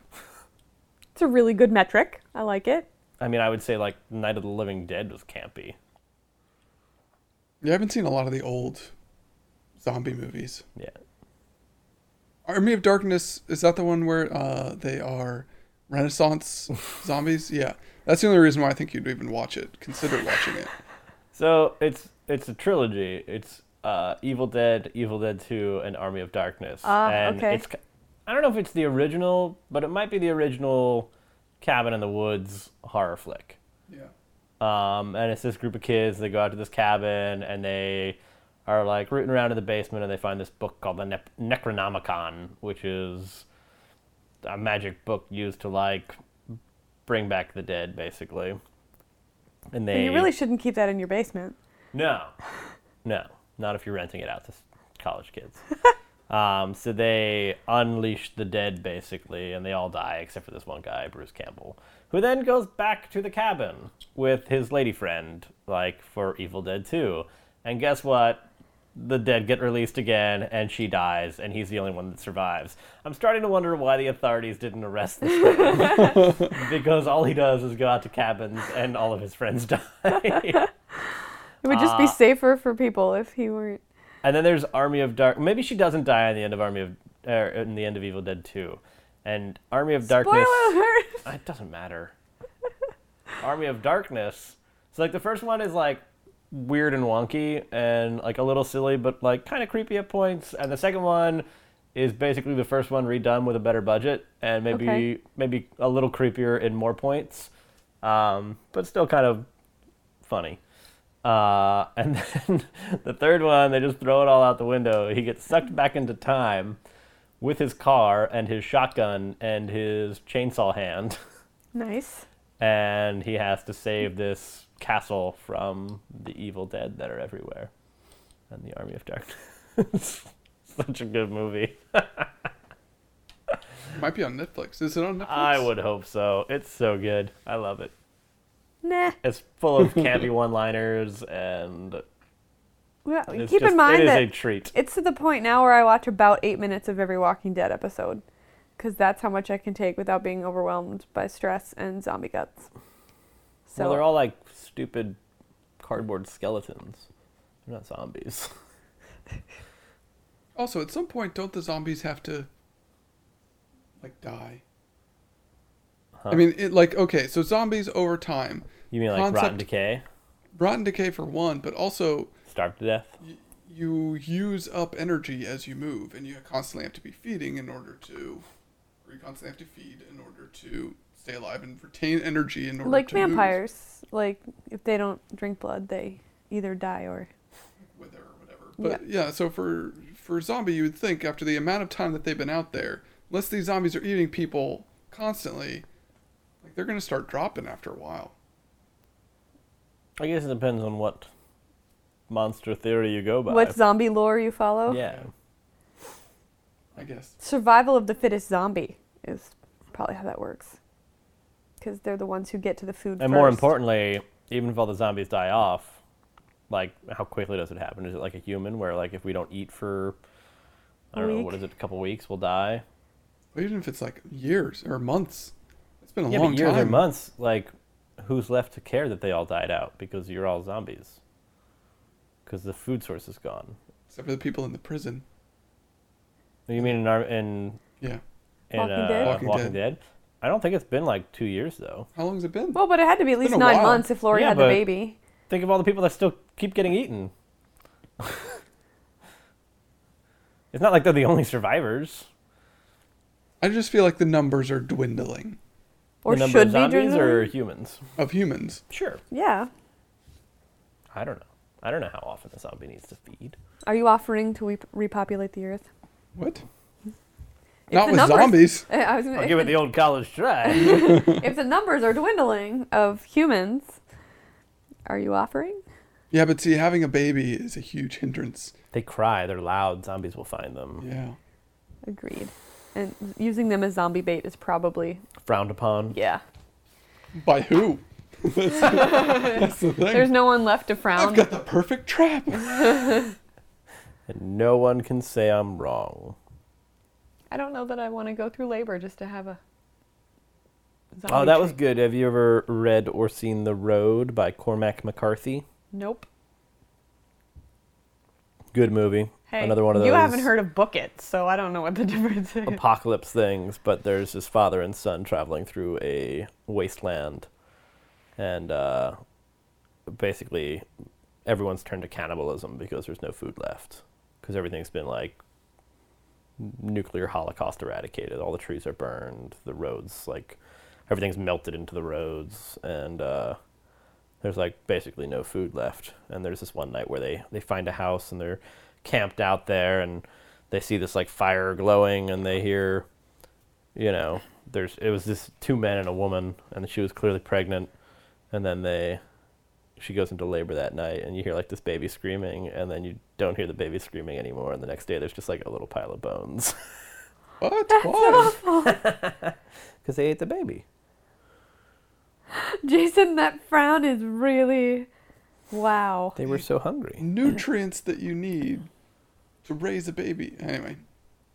Speaker 1: It's a really good metric. I like it.
Speaker 2: I mean, I would say like Night of the Living Dead was campy.
Speaker 3: Yeah, I haven't seen a lot of the old zombie movies.
Speaker 2: Yeah.
Speaker 3: Army of Darkness is that the one where uh, they are Renaissance zombies? Yeah, that's the only reason why I think you'd even watch it. Consider watching it.
Speaker 2: So it's it's a trilogy. It's uh, Evil Dead, Evil Dead Two, and Army of Darkness.
Speaker 1: Ah,
Speaker 2: and
Speaker 1: okay.
Speaker 2: It's, ki- I don't know if it's the original, but it might be the original Cabin in the Woods horror flick.
Speaker 3: Yeah.
Speaker 2: Um, and it's this group of kids. They go out to this cabin and they are like rooting around in the basement and they find this book called the Nep Necronomicon, which is a magic book used to like bring back the dead, basically.
Speaker 1: But
Speaker 2: And they
Speaker 1: you really shouldn't keep that in your basement.
Speaker 2: no, no, not if you're renting it out to s- college kids. um, so they unleash the dead basically, and they all die except for this one guy, Bruce Campbell, who then goes back to the cabin with his lady friend, like for Evil Dead 2. And guess what? the dead get released again and she dies and he's the only one that survives. I'm starting to wonder why the authorities didn't arrest this guy. because all he does is go out to cabins and all of his friends die.
Speaker 1: It would just be
Speaker 2: Ah.
Speaker 1: safer for people if he weren't.
Speaker 2: And then there's Army of Dark. Maybe she doesn't die in the end of Army of, er, in the end of Evil Dead Two, and Army of Darkness.
Speaker 1: Spoiler alert!
Speaker 2: Uh, It doesn't matter. Army of Darkness. So like the first one is like weird and wonky and like a little silly, but like kind of creepy at points. And the second one is basically the first one redone with a better budget and maybe
Speaker 1: Okay.
Speaker 2: maybe a little creepier in more points, um, but still kind of funny. Uh, and then the third one, they just throw it all out the window. He gets sucked back into time with his car and his shotgun and his chainsaw hand,
Speaker 1: Nice.
Speaker 2: and he has to save this castle from the evil dead that are everywhere and the army of darkness. Such a good movie.
Speaker 3: Might be on Netflix. Is it on Netflix?
Speaker 2: I would hope so. It's so good. I love it.
Speaker 1: Nah.
Speaker 2: It's full of campy one-liners and
Speaker 1: Well,
Speaker 2: it's
Speaker 1: keep
Speaker 2: just-
Speaker 1: in mind
Speaker 2: it is
Speaker 1: that
Speaker 2: a treat.
Speaker 1: it's to the point now where I watch about eight minutes of every Walking Dead episode, because that's how much I can take without being overwhelmed by stress and zombie guts. So
Speaker 2: well, they're all like stupid cardboard skeletons. They're not zombies.
Speaker 3: Also, at some point, don't the zombies have to like die? I mean, it, like okay, so zombies over time,
Speaker 2: You mean like rotten
Speaker 3: Concept-
Speaker 2: decay,
Speaker 3: rotten decay for one, but also
Speaker 2: starved to death?
Speaker 3: you use up energy as you move, and you constantly have to be feeding in order to, or you constantly have to feed in order to stay alive and retain energy in order
Speaker 1: like
Speaker 3: to move,
Speaker 1: vampires. Like if they don't drink blood, they either die or
Speaker 3: wither or whatever. But yeah. so for for a zombie, you would think after the amount of time that they've been out there, unless these zombies are eating people constantly, like they're gonna start dropping after a while.
Speaker 2: I guess it depends on what monster theory you go by.
Speaker 1: what zombie lore you follow.
Speaker 2: yeah,
Speaker 3: I guess.
Speaker 1: Survival of the fittest zombie is probably how that works, because they're the ones who get to the food.
Speaker 2: and more
Speaker 1: first.
Speaker 2: importantly, even if all the zombies die off, like how quickly does it happen? Is it like a human where like if we don't eat for I
Speaker 1: A
Speaker 2: don't know
Speaker 1: week?
Speaker 2: what is it, a couple weeks, we'll die?
Speaker 3: But even if it's like years or months, it's been a
Speaker 2: yeah,
Speaker 3: long
Speaker 2: but years
Speaker 3: time.
Speaker 2: or months, like who's left to care that they all died out because you're all zombies? Because the food source is gone.
Speaker 3: Except for the people in the prison.
Speaker 2: You mean in our, in
Speaker 3: Yeah.
Speaker 2: in
Speaker 1: Walking
Speaker 2: uh,
Speaker 1: Dead?
Speaker 2: Walking,
Speaker 3: Walking
Speaker 2: Dead? I don't think it's been like two years though.
Speaker 3: How long's it been?
Speaker 1: Well, but it had to be at
Speaker 3: been
Speaker 1: least
Speaker 3: a
Speaker 1: nine
Speaker 3: while.
Speaker 1: months if Lori
Speaker 2: Yeah,
Speaker 1: had the
Speaker 2: but-
Speaker 1: baby.
Speaker 2: Think of all the people that still keep getting eaten. it's not like they're the only survivors.
Speaker 3: I just feel like the numbers are dwindling
Speaker 1: Or
Speaker 2: the number
Speaker 1: should
Speaker 2: of
Speaker 1: be
Speaker 2: zombies
Speaker 1: driven.
Speaker 2: or humans.
Speaker 3: of humans.
Speaker 2: Sure.
Speaker 1: Yeah.
Speaker 2: I don't know. I don't know how often a zombie needs to feed.
Speaker 1: Are you offering to re- repopulate the earth?
Speaker 3: What?
Speaker 1: If
Speaker 3: Not
Speaker 1: the
Speaker 3: with
Speaker 1: numbers-
Speaker 3: zombies.
Speaker 1: Eh, I was gonna,
Speaker 2: I'll
Speaker 1: if,
Speaker 2: give it
Speaker 1: the,
Speaker 2: the old college try.
Speaker 1: if the numbers are dwindling of humans, are you offering?
Speaker 3: Yeah, but see, having a baby is a huge hindrance.
Speaker 2: they cry. They're loud. Zombies will find them.
Speaker 3: Yeah.
Speaker 1: Agreed. And using them as zombie bait is probably
Speaker 2: Frowned upon.
Speaker 1: yeah.
Speaker 3: By who? that's, that's the thing.
Speaker 1: There's no one left to
Speaker 3: I've
Speaker 1: frown.
Speaker 3: got the perfect trap.
Speaker 2: And no one can say I'm wrong.
Speaker 1: I don't know that I want to go through labor just to have a. Zombie
Speaker 2: Oh, that was
Speaker 1: treat.
Speaker 2: good. Have you ever read or seen The Road by Cormac McCarthy?
Speaker 1: Nope.
Speaker 2: Good movie.
Speaker 1: Hey,
Speaker 2: Another one of those.
Speaker 1: You haven't heard of Book It, so I don't know what the difference is.
Speaker 2: apocalypse things, but there's this father and son traveling through a wasteland, and uh, basically everyone's turned to cannibalism because there's no food left, because everything's been like nuclear holocaust eradicated. All the trees are burned, the roads like everything's melted into the roads, and uh, there's like basically no food left. And there's this one night where they they find a house and they're camped out there and they see this like fire glowing and they hear you know there's it was this two men and a woman and she was clearly pregnant and then they she goes into labor that night and you hear like this baby screaming and then you don't hear the baby screaming anymore and the next day there's just like a little pile of bones
Speaker 3: What? Why?
Speaker 2: because they ate the baby
Speaker 1: Jason, that frown is really Wow.
Speaker 2: They were so hungry.
Speaker 3: nutrients that you need to raise a baby. Anyway,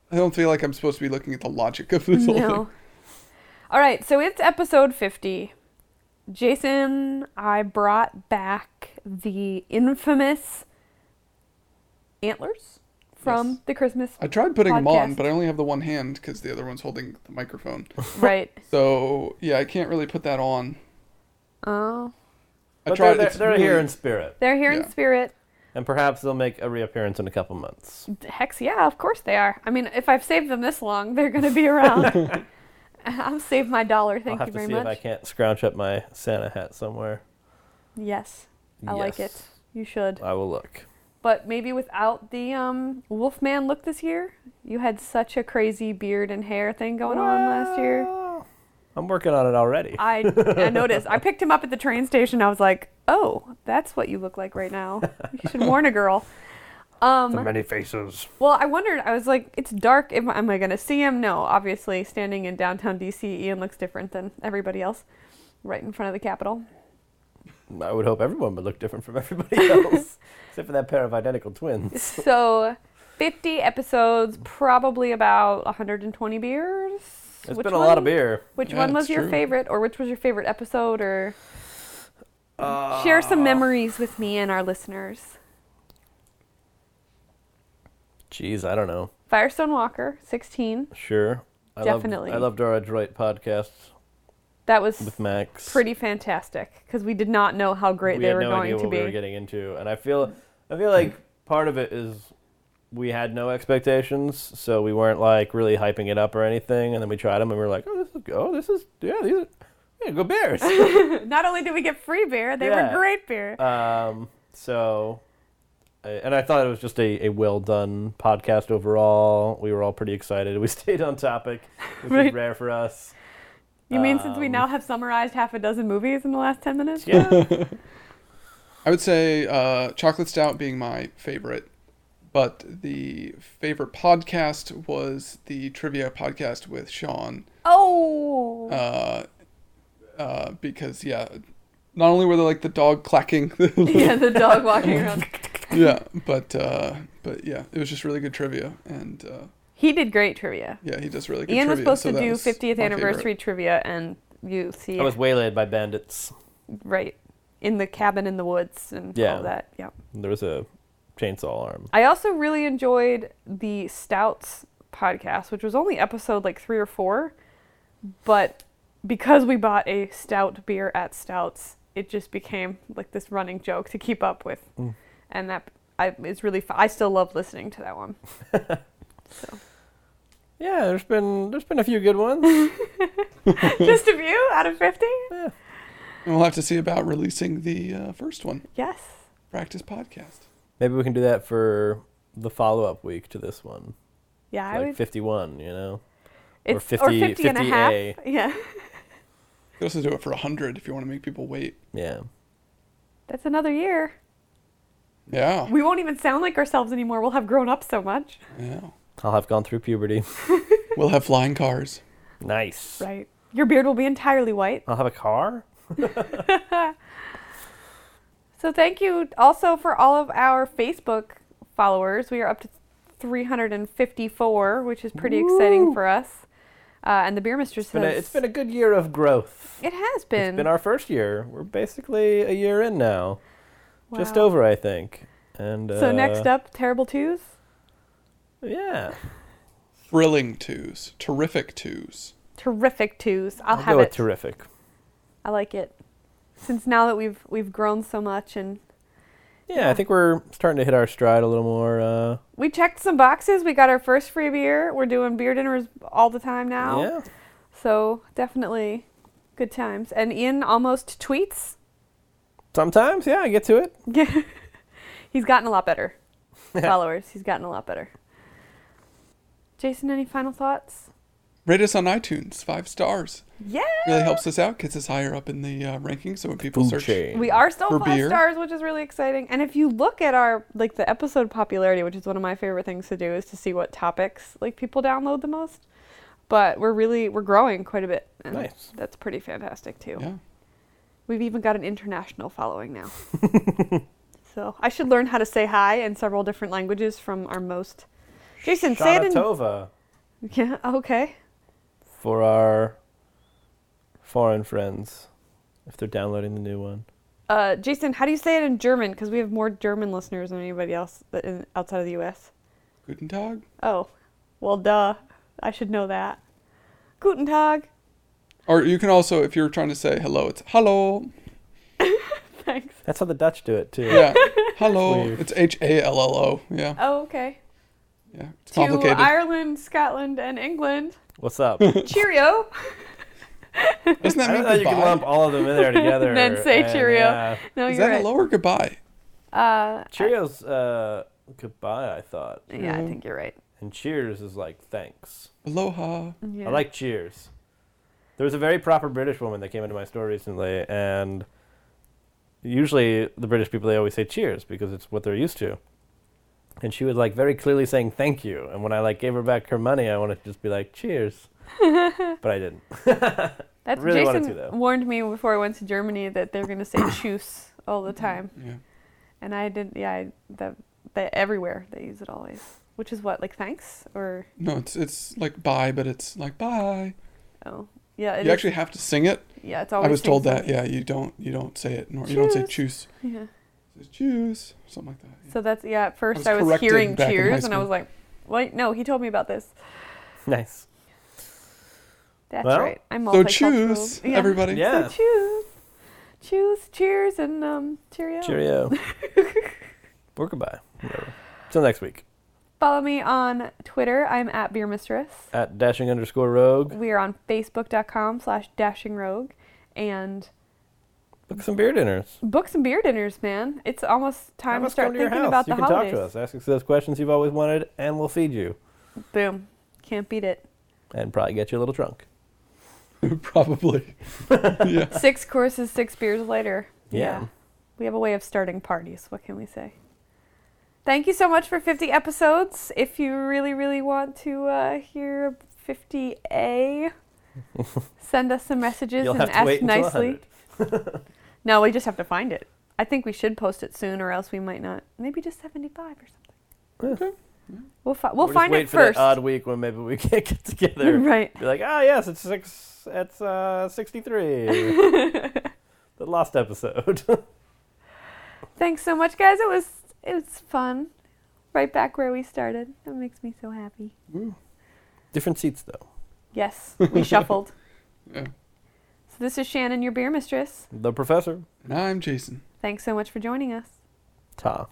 Speaker 3: I don't feel like I'm supposed to be looking at the logic of this whole thing.
Speaker 1: No. All right, so it's episode 50. Jason, I brought back the infamous antlers from
Speaker 2: Yes.
Speaker 1: the Christmas.
Speaker 3: I tried putting them on,
Speaker 1: Podcast.
Speaker 3: but I only have the one hand because the other one's holding the microphone.
Speaker 1: right.
Speaker 3: So yeah, I can't really put that on.
Speaker 1: Oh.
Speaker 3: I
Speaker 2: But
Speaker 3: tried.
Speaker 2: they're,
Speaker 3: it's
Speaker 2: they're
Speaker 3: really-
Speaker 2: here in spirit,
Speaker 1: They're here
Speaker 3: Yeah.
Speaker 1: in spirit.
Speaker 2: and perhaps they'll make a reappearance in a couple months.
Speaker 1: Hex, yeah, of course they are. I mean, if I've saved them this long, they're going to be around. I've saved my dollar. Thank
Speaker 2: I'll have
Speaker 1: you
Speaker 2: to
Speaker 1: very
Speaker 2: see if I
Speaker 1: much.
Speaker 2: can't scrounge up my Santa hat somewhere.
Speaker 1: Yes, I like it.
Speaker 2: Yes,
Speaker 1: You should.
Speaker 2: I will look.
Speaker 1: But maybe without the um, Wolfman look this year, you had such a crazy beard and hair thing going on last year.
Speaker 2: Well, I'm working on it already.
Speaker 1: I, I noticed. I picked him up at the train station. I was like, oh, that's what you look like right now. You should warn a girl.
Speaker 2: the
Speaker 1: Um,
Speaker 2: many faces.
Speaker 1: well, I wondered. I was like, it's dark. Am, am I going to see him? No, obviously, standing in downtown DC, Ian looks different than everybody else right in front of the Capitol.
Speaker 2: I would hope everyone would look different from everybody else, except for that pair of identical twins.
Speaker 1: So, 50 episodes, probably about 120 beers.
Speaker 2: It's
Speaker 1: Which
Speaker 2: been a lot of
Speaker 1: one-
Speaker 2: beer.
Speaker 1: Which
Speaker 3: Yeah,
Speaker 1: one was
Speaker 3: it's
Speaker 1: your
Speaker 3: true.
Speaker 1: favorite, or which was your favorite episode, or
Speaker 2: Uh,
Speaker 1: share some memories with me and our listeners?
Speaker 2: Jeez, I don't know.
Speaker 1: Firestone Walker, 16.
Speaker 2: Sure. I loved-
Speaker 1: Definitely.
Speaker 2: I loved our Adroit podcast
Speaker 1: That was
Speaker 2: with Max.
Speaker 1: pretty fantastic because we did not know how great
Speaker 2: we
Speaker 1: they
Speaker 2: had
Speaker 1: were
Speaker 2: no
Speaker 1: going
Speaker 2: idea
Speaker 1: to
Speaker 2: what
Speaker 1: be.
Speaker 2: we were getting into, and I feel, I feel like part of it is we had no expectations, so we weren't like really hyping it up or anything, and then we tried them and we were like, oh, this is, oh, this is, yeah, these are, yeah, good beers.
Speaker 1: not only did we get free beer, they
Speaker 2: Yeah.
Speaker 1: were great beer.
Speaker 2: Um, so, I- and I thought it was just a, a well done podcast overall. We were all pretty excited. We stayed on topic, which is
Speaker 1: Right.
Speaker 2: rare for us.
Speaker 1: You mean since we
Speaker 2: um,
Speaker 1: now have summarized half a dozen movies in the last 10 minutes?
Speaker 2: Yeah.
Speaker 3: I would say uh, chocolate stout being my favorite, but the favorite podcast was the trivia podcast with Sean.
Speaker 1: Oh!
Speaker 3: uh, uh, because yeah, not only were they like the dog clacking,
Speaker 1: yeah, the dog walking around.
Speaker 3: yeah, but uh, but yeah, it was just really good trivia, and uh,
Speaker 1: He did great trivia.
Speaker 3: yeah, he does really good.
Speaker 1: Ian was
Speaker 3: trivia,
Speaker 1: supposed
Speaker 3: so
Speaker 1: to
Speaker 3: that
Speaker 1: do
Speaker 3: was
Speaker 1: 50th
Speaker 3: my
Speaker 1: anniversary
Speaker 3: favorite.
Speaker 1: trivia, and you see
Speaker 2: I was waylaid by bandits.
Speaker 1: right in the cabin in the woods and
Speaker 2: Yeah.
Speaker 1: all that. Yeah.
Speaker 2: There was a chainsaw arm.
Speaker 1: I also really enjoyed the Stouts podcast, which was only episode like three or four, but because we bought a stout beer at Stouts, it just became like this running joke to keep up with, and that I, is really. Fu- I still love listening to that one. so
Speaker 2: Yeah, there's been there's been a few good ones.
Speaker 1: just a few out of fifty.
Speaker 3: And we'll have to see about releasing the uh, first one,
Speaker 1: Yes.
Speaker 3: practice podcast.
Speaker 2: Maybe we can do that for the follow up week to this one,
Speaker 1: Yeah, I
Speaker 2: like
Speaker 1: would.
Speaker 2: 51. You know,
Speaker 1: It's,
Speaker 2: 50
Speaker 1: and a half.
Speaker 2: 50A.
Speaker 1: Yeah,
Speaker 3: You could also do it for hundred if you want to make people wait.
Speaker 2: yeah.
Speaker 1: that's another year.
Speaker 3: Yeah,
Speaker 1: We won't even sound like ourselves anymore. We'll have grown up so much.
Speaker 3: yeah,
Speaker 2: I'll have gone through puberty.
Speaker 3: we'll have flying cars.
Speaker 2: nice.
Speaker 1: Right. Your beard will be entirely white.
Speaker 2: I'll have a car.
Speaker 1: So thank you also for all of our Facebook followers. We are up to 354, which is pretty exciting for us. Uh, and the beer mistress
Speaker 2: It's been, a,
Speaker 1: has.
Speaker 2: it's been a good year of growth.
Speaker 1: it has been.
Speaker 2: It's been our first year. We're basically a year in now, just
Speaker 1: Wow.
Speaker 2: over, I think. And
Speaker 1: So next
Speaker 2: uh,
Speaker 1: up, terrible twos.
Speaker 2: yeah,
Speaker 3: Thrilling twos, terrific twos.
Speaker 1: Terrific twos. I'll,
Speaker 2: I'll
Speaker 1: have
Speaker 2: go with
Speaker 1: it.
Speaker 2: terrific.
Speaker 1: I like it. Since now that we've we've grown so much and
Speaker 2: Yeah, I think we're starting to hit our stride a little more. Uh,
Speaker 1: we checked some boxes. We got our first free beer. We're doing beer dinners all the time now.
Speaker 2: Yeah,
Speaker 1: So definitely good times. And Ian almost tweets.
Speaker 2: sometimes. Yeah, I get to it.
Speaker 1: He's gotten a lot better. Followers, he's gotten a lot better. Jason, any final thoughts?
Speaker 3: Rate us on iTunes, five stars.
Speaker 1: Yeah.
Speaker 3: Really helps us out, gets us higher up in the uh, rankings. So when people
Speaker 2: Food
Speaker 3: search,
Speaker 2: chain.
Speaker 1: We are still
Speaker 3: For
Speaker 1: five
Speaker 3: beer.
Speaker 1: stars, which is really exciting. And if you look at our like the episode popularity, which is one of my favorite things to do, is to see what topics like people download the most. But we're really we're growing quite a bit. And
Speaker 2: Nice.
Speaker 1: That's pretty fantastic too.
Speaker 3: yeah.
Speaker 1: We've even got an international following now. so I should learn how to say hi in several different languages from our most. Jason, say it in.
Speaker 2: Sharatova
Speaker 1: Yeah, okay.
Speaker 2: for our foreign friends if they're downloading the new one.
Speaker 1: Uh, Jason, how do you say it in German? Because we have more German listeners than anybody else that- in, outside of the U.S.
Speaker 3: Guten Tag.
Speaker 1: Oh, well, duh. I should know that. Guten Tag.
Speaker 3: Or you can also, if you're trying to say hello, it's hello.
Speaker 1: Thanks.
Speaker 2: That's how the Dutch do it too.
Speaker 3: Yeah, hello.
Speaker 2: Weird.
Speaker 3: It's H A L L O. Yeah,
Speaker 1: Oh, okay.
Speaker 3: yeah. It's
Speaker 1: To
Speaker 3: complicated.
Speaker 1: Ireland, Scotland, and England.
Speaker 2: What's up? I
Speaker 1: Cheerio.
Speaker 3: Doesn't that mean
Speaker 2: thought you could lump
Speaker 3: goodbye?
Speaker 2: all of them in there together.
Speaker 1: And then say
Speaker 2: and, uh,
Speaker 1: cheerio.
Speaker 2: yeah.
Speaker 1: No,
Speaker 3: Is
Speaker 1: you're
Speaker 3: that
Speaker 1: right.
Speaker 3: hello or goodbye?
Speaker 1: Uh,
Speaker 2: Cheerios, uh, goodbye. I thought,
Speaker 1: yeah, I think you're right.
Speaker 2: and cheers is like thanks.
Speaker 3: Aloha.
Speaker 1: Yeah.
Speaker 2: I like Cheers. There was a very proper British woman that came into my store recently, and usually the British people they always say Cheers because it's what they're used to. And she was like very clearly saying thank you, and when I like gave her back her money, I wanted to just be like Cheers, but I didn't.
Speaker 1: That's
Speaker 2: really wanted
Speaker 1: Jason
Speaker 2: to, though.
Speaker 1: warned me before I went to Germany that they're gonna say "choose" all the time,
Speaker 3: Yeah.
Speaker 1: and I didn't. Yeah, I, the, the everywhere they use it always, which is what like thanks or
Speaker 3: No, it's it's like bye, but it's like bye.
Speaker 1: oh yeah. it
Speaker 3: you
Speaker 1: is-
Speaker 3: actually have to sing it.
Speaker 1: yeah, it's
Speaker 3: I
Speaker 1: always.
Speaker 3: was told
Speaker 1: thanks.
Speaker 3: that. Yeah, you don't you don't say it. Nor, you don't say choose.
Speaker 1: Yeah.
Speaker 3: It's choose something like that.
Speaker 1: So that's yeah. At first,
Speaker 3: was
Speaker 1: I was,
Speaker 3: corrected
Speaker 1: hearing
Speaker 3: back in high
Speaker 1: cheers, and I
Speaker 3: school.
Speaker 1: was like, "Wait, no, he told me about this."
Speaker 2: nice.
Speaker 1: That's
Speaker 2: Well,
Speaker 1: right. I'm
Speaker 3: So
Speaker 1: multicultural.
Speaker 3: choose
Speaker 1: Yeah.
Speaker 3: everybody.
Speaker 2: Yeah.
Speaker 1: So choose, choose, cheers, and um, cheerio.
Speaker 2: Cheerio. or goodbye. Whatever. Till next week
Speaker 1: Follow me on Twitter. I'm at Beer Mistress.
Speaker 2: at dashing underscore rogue.
Speaker 1: We are on Facebook.com slash dashing rogue and
Speaker 2: Book some beer dinners.
Speaker 1: book some beer dinners, man. It's almost time
Speaker 2: Have
Speaker 1: to
Speaker 2: us
Speaker 1: start
Speaker 2: come to your
Speaker 1: thinking
Speaker 2: house.
Speaker 1: about
Speaker 2: you
Speaker 1: the
Speaker 2: can
Speaker 1: holidays.
Speaker 2: talk to us. Ask us those questions you've always wanted, and we'll feed you.
Speaker 1: Boom. Can't beat it.
Speaker 2: and probably get you a little drunk.
Speaker 3: Probably. yeah.
Speaker 1: Six courses, six beers later.
Speaker 2: Yeah.
Speaker 1: We have a way of starting parties. What can we say? Thank you so much for 50 episodes. If you really, really want to uh, hear 50A, send us some messages
Speaker 2: You'll
Speaker 1: and
Speaker 2: have to
Speaker 1: ask
Speaker 2: wait until
Speaker 1: nicely.
Speaker 2: 100.
Speaker 1: No, we just have to find it. I think we should post it soon, or else we might not. Maybe just seventy-five or something. We'll, fi- we'll
Speaker 2: Or just
Speaker 1: find
Speaker 2: wait
Speaker 1: it
Speaker 2: for that
Speaker 1: first.
Speaker 2: odd week when maybe we can't get together.
Speaker 1: right.
Speaker 2: Be like, ah, yes, it's six. It's uh, sixty-three. the lost episode.
Speaker 1: Thanks so much, guys. It was it was fun. Right back where we started. That makes me so happy.
Speaker 3: Woo.
Speaker 2: Different seats though.
Speaker 1: Yes, we shuffled.
Speaker 3: Yeah.
Speaker 1: So this is Shannon, your beer mistress.
Speaker 2: The professor.
Speaker 3: And I'm Jason.
Speaker 1: Thanks so much for joining us.
Speaker 2: Ta.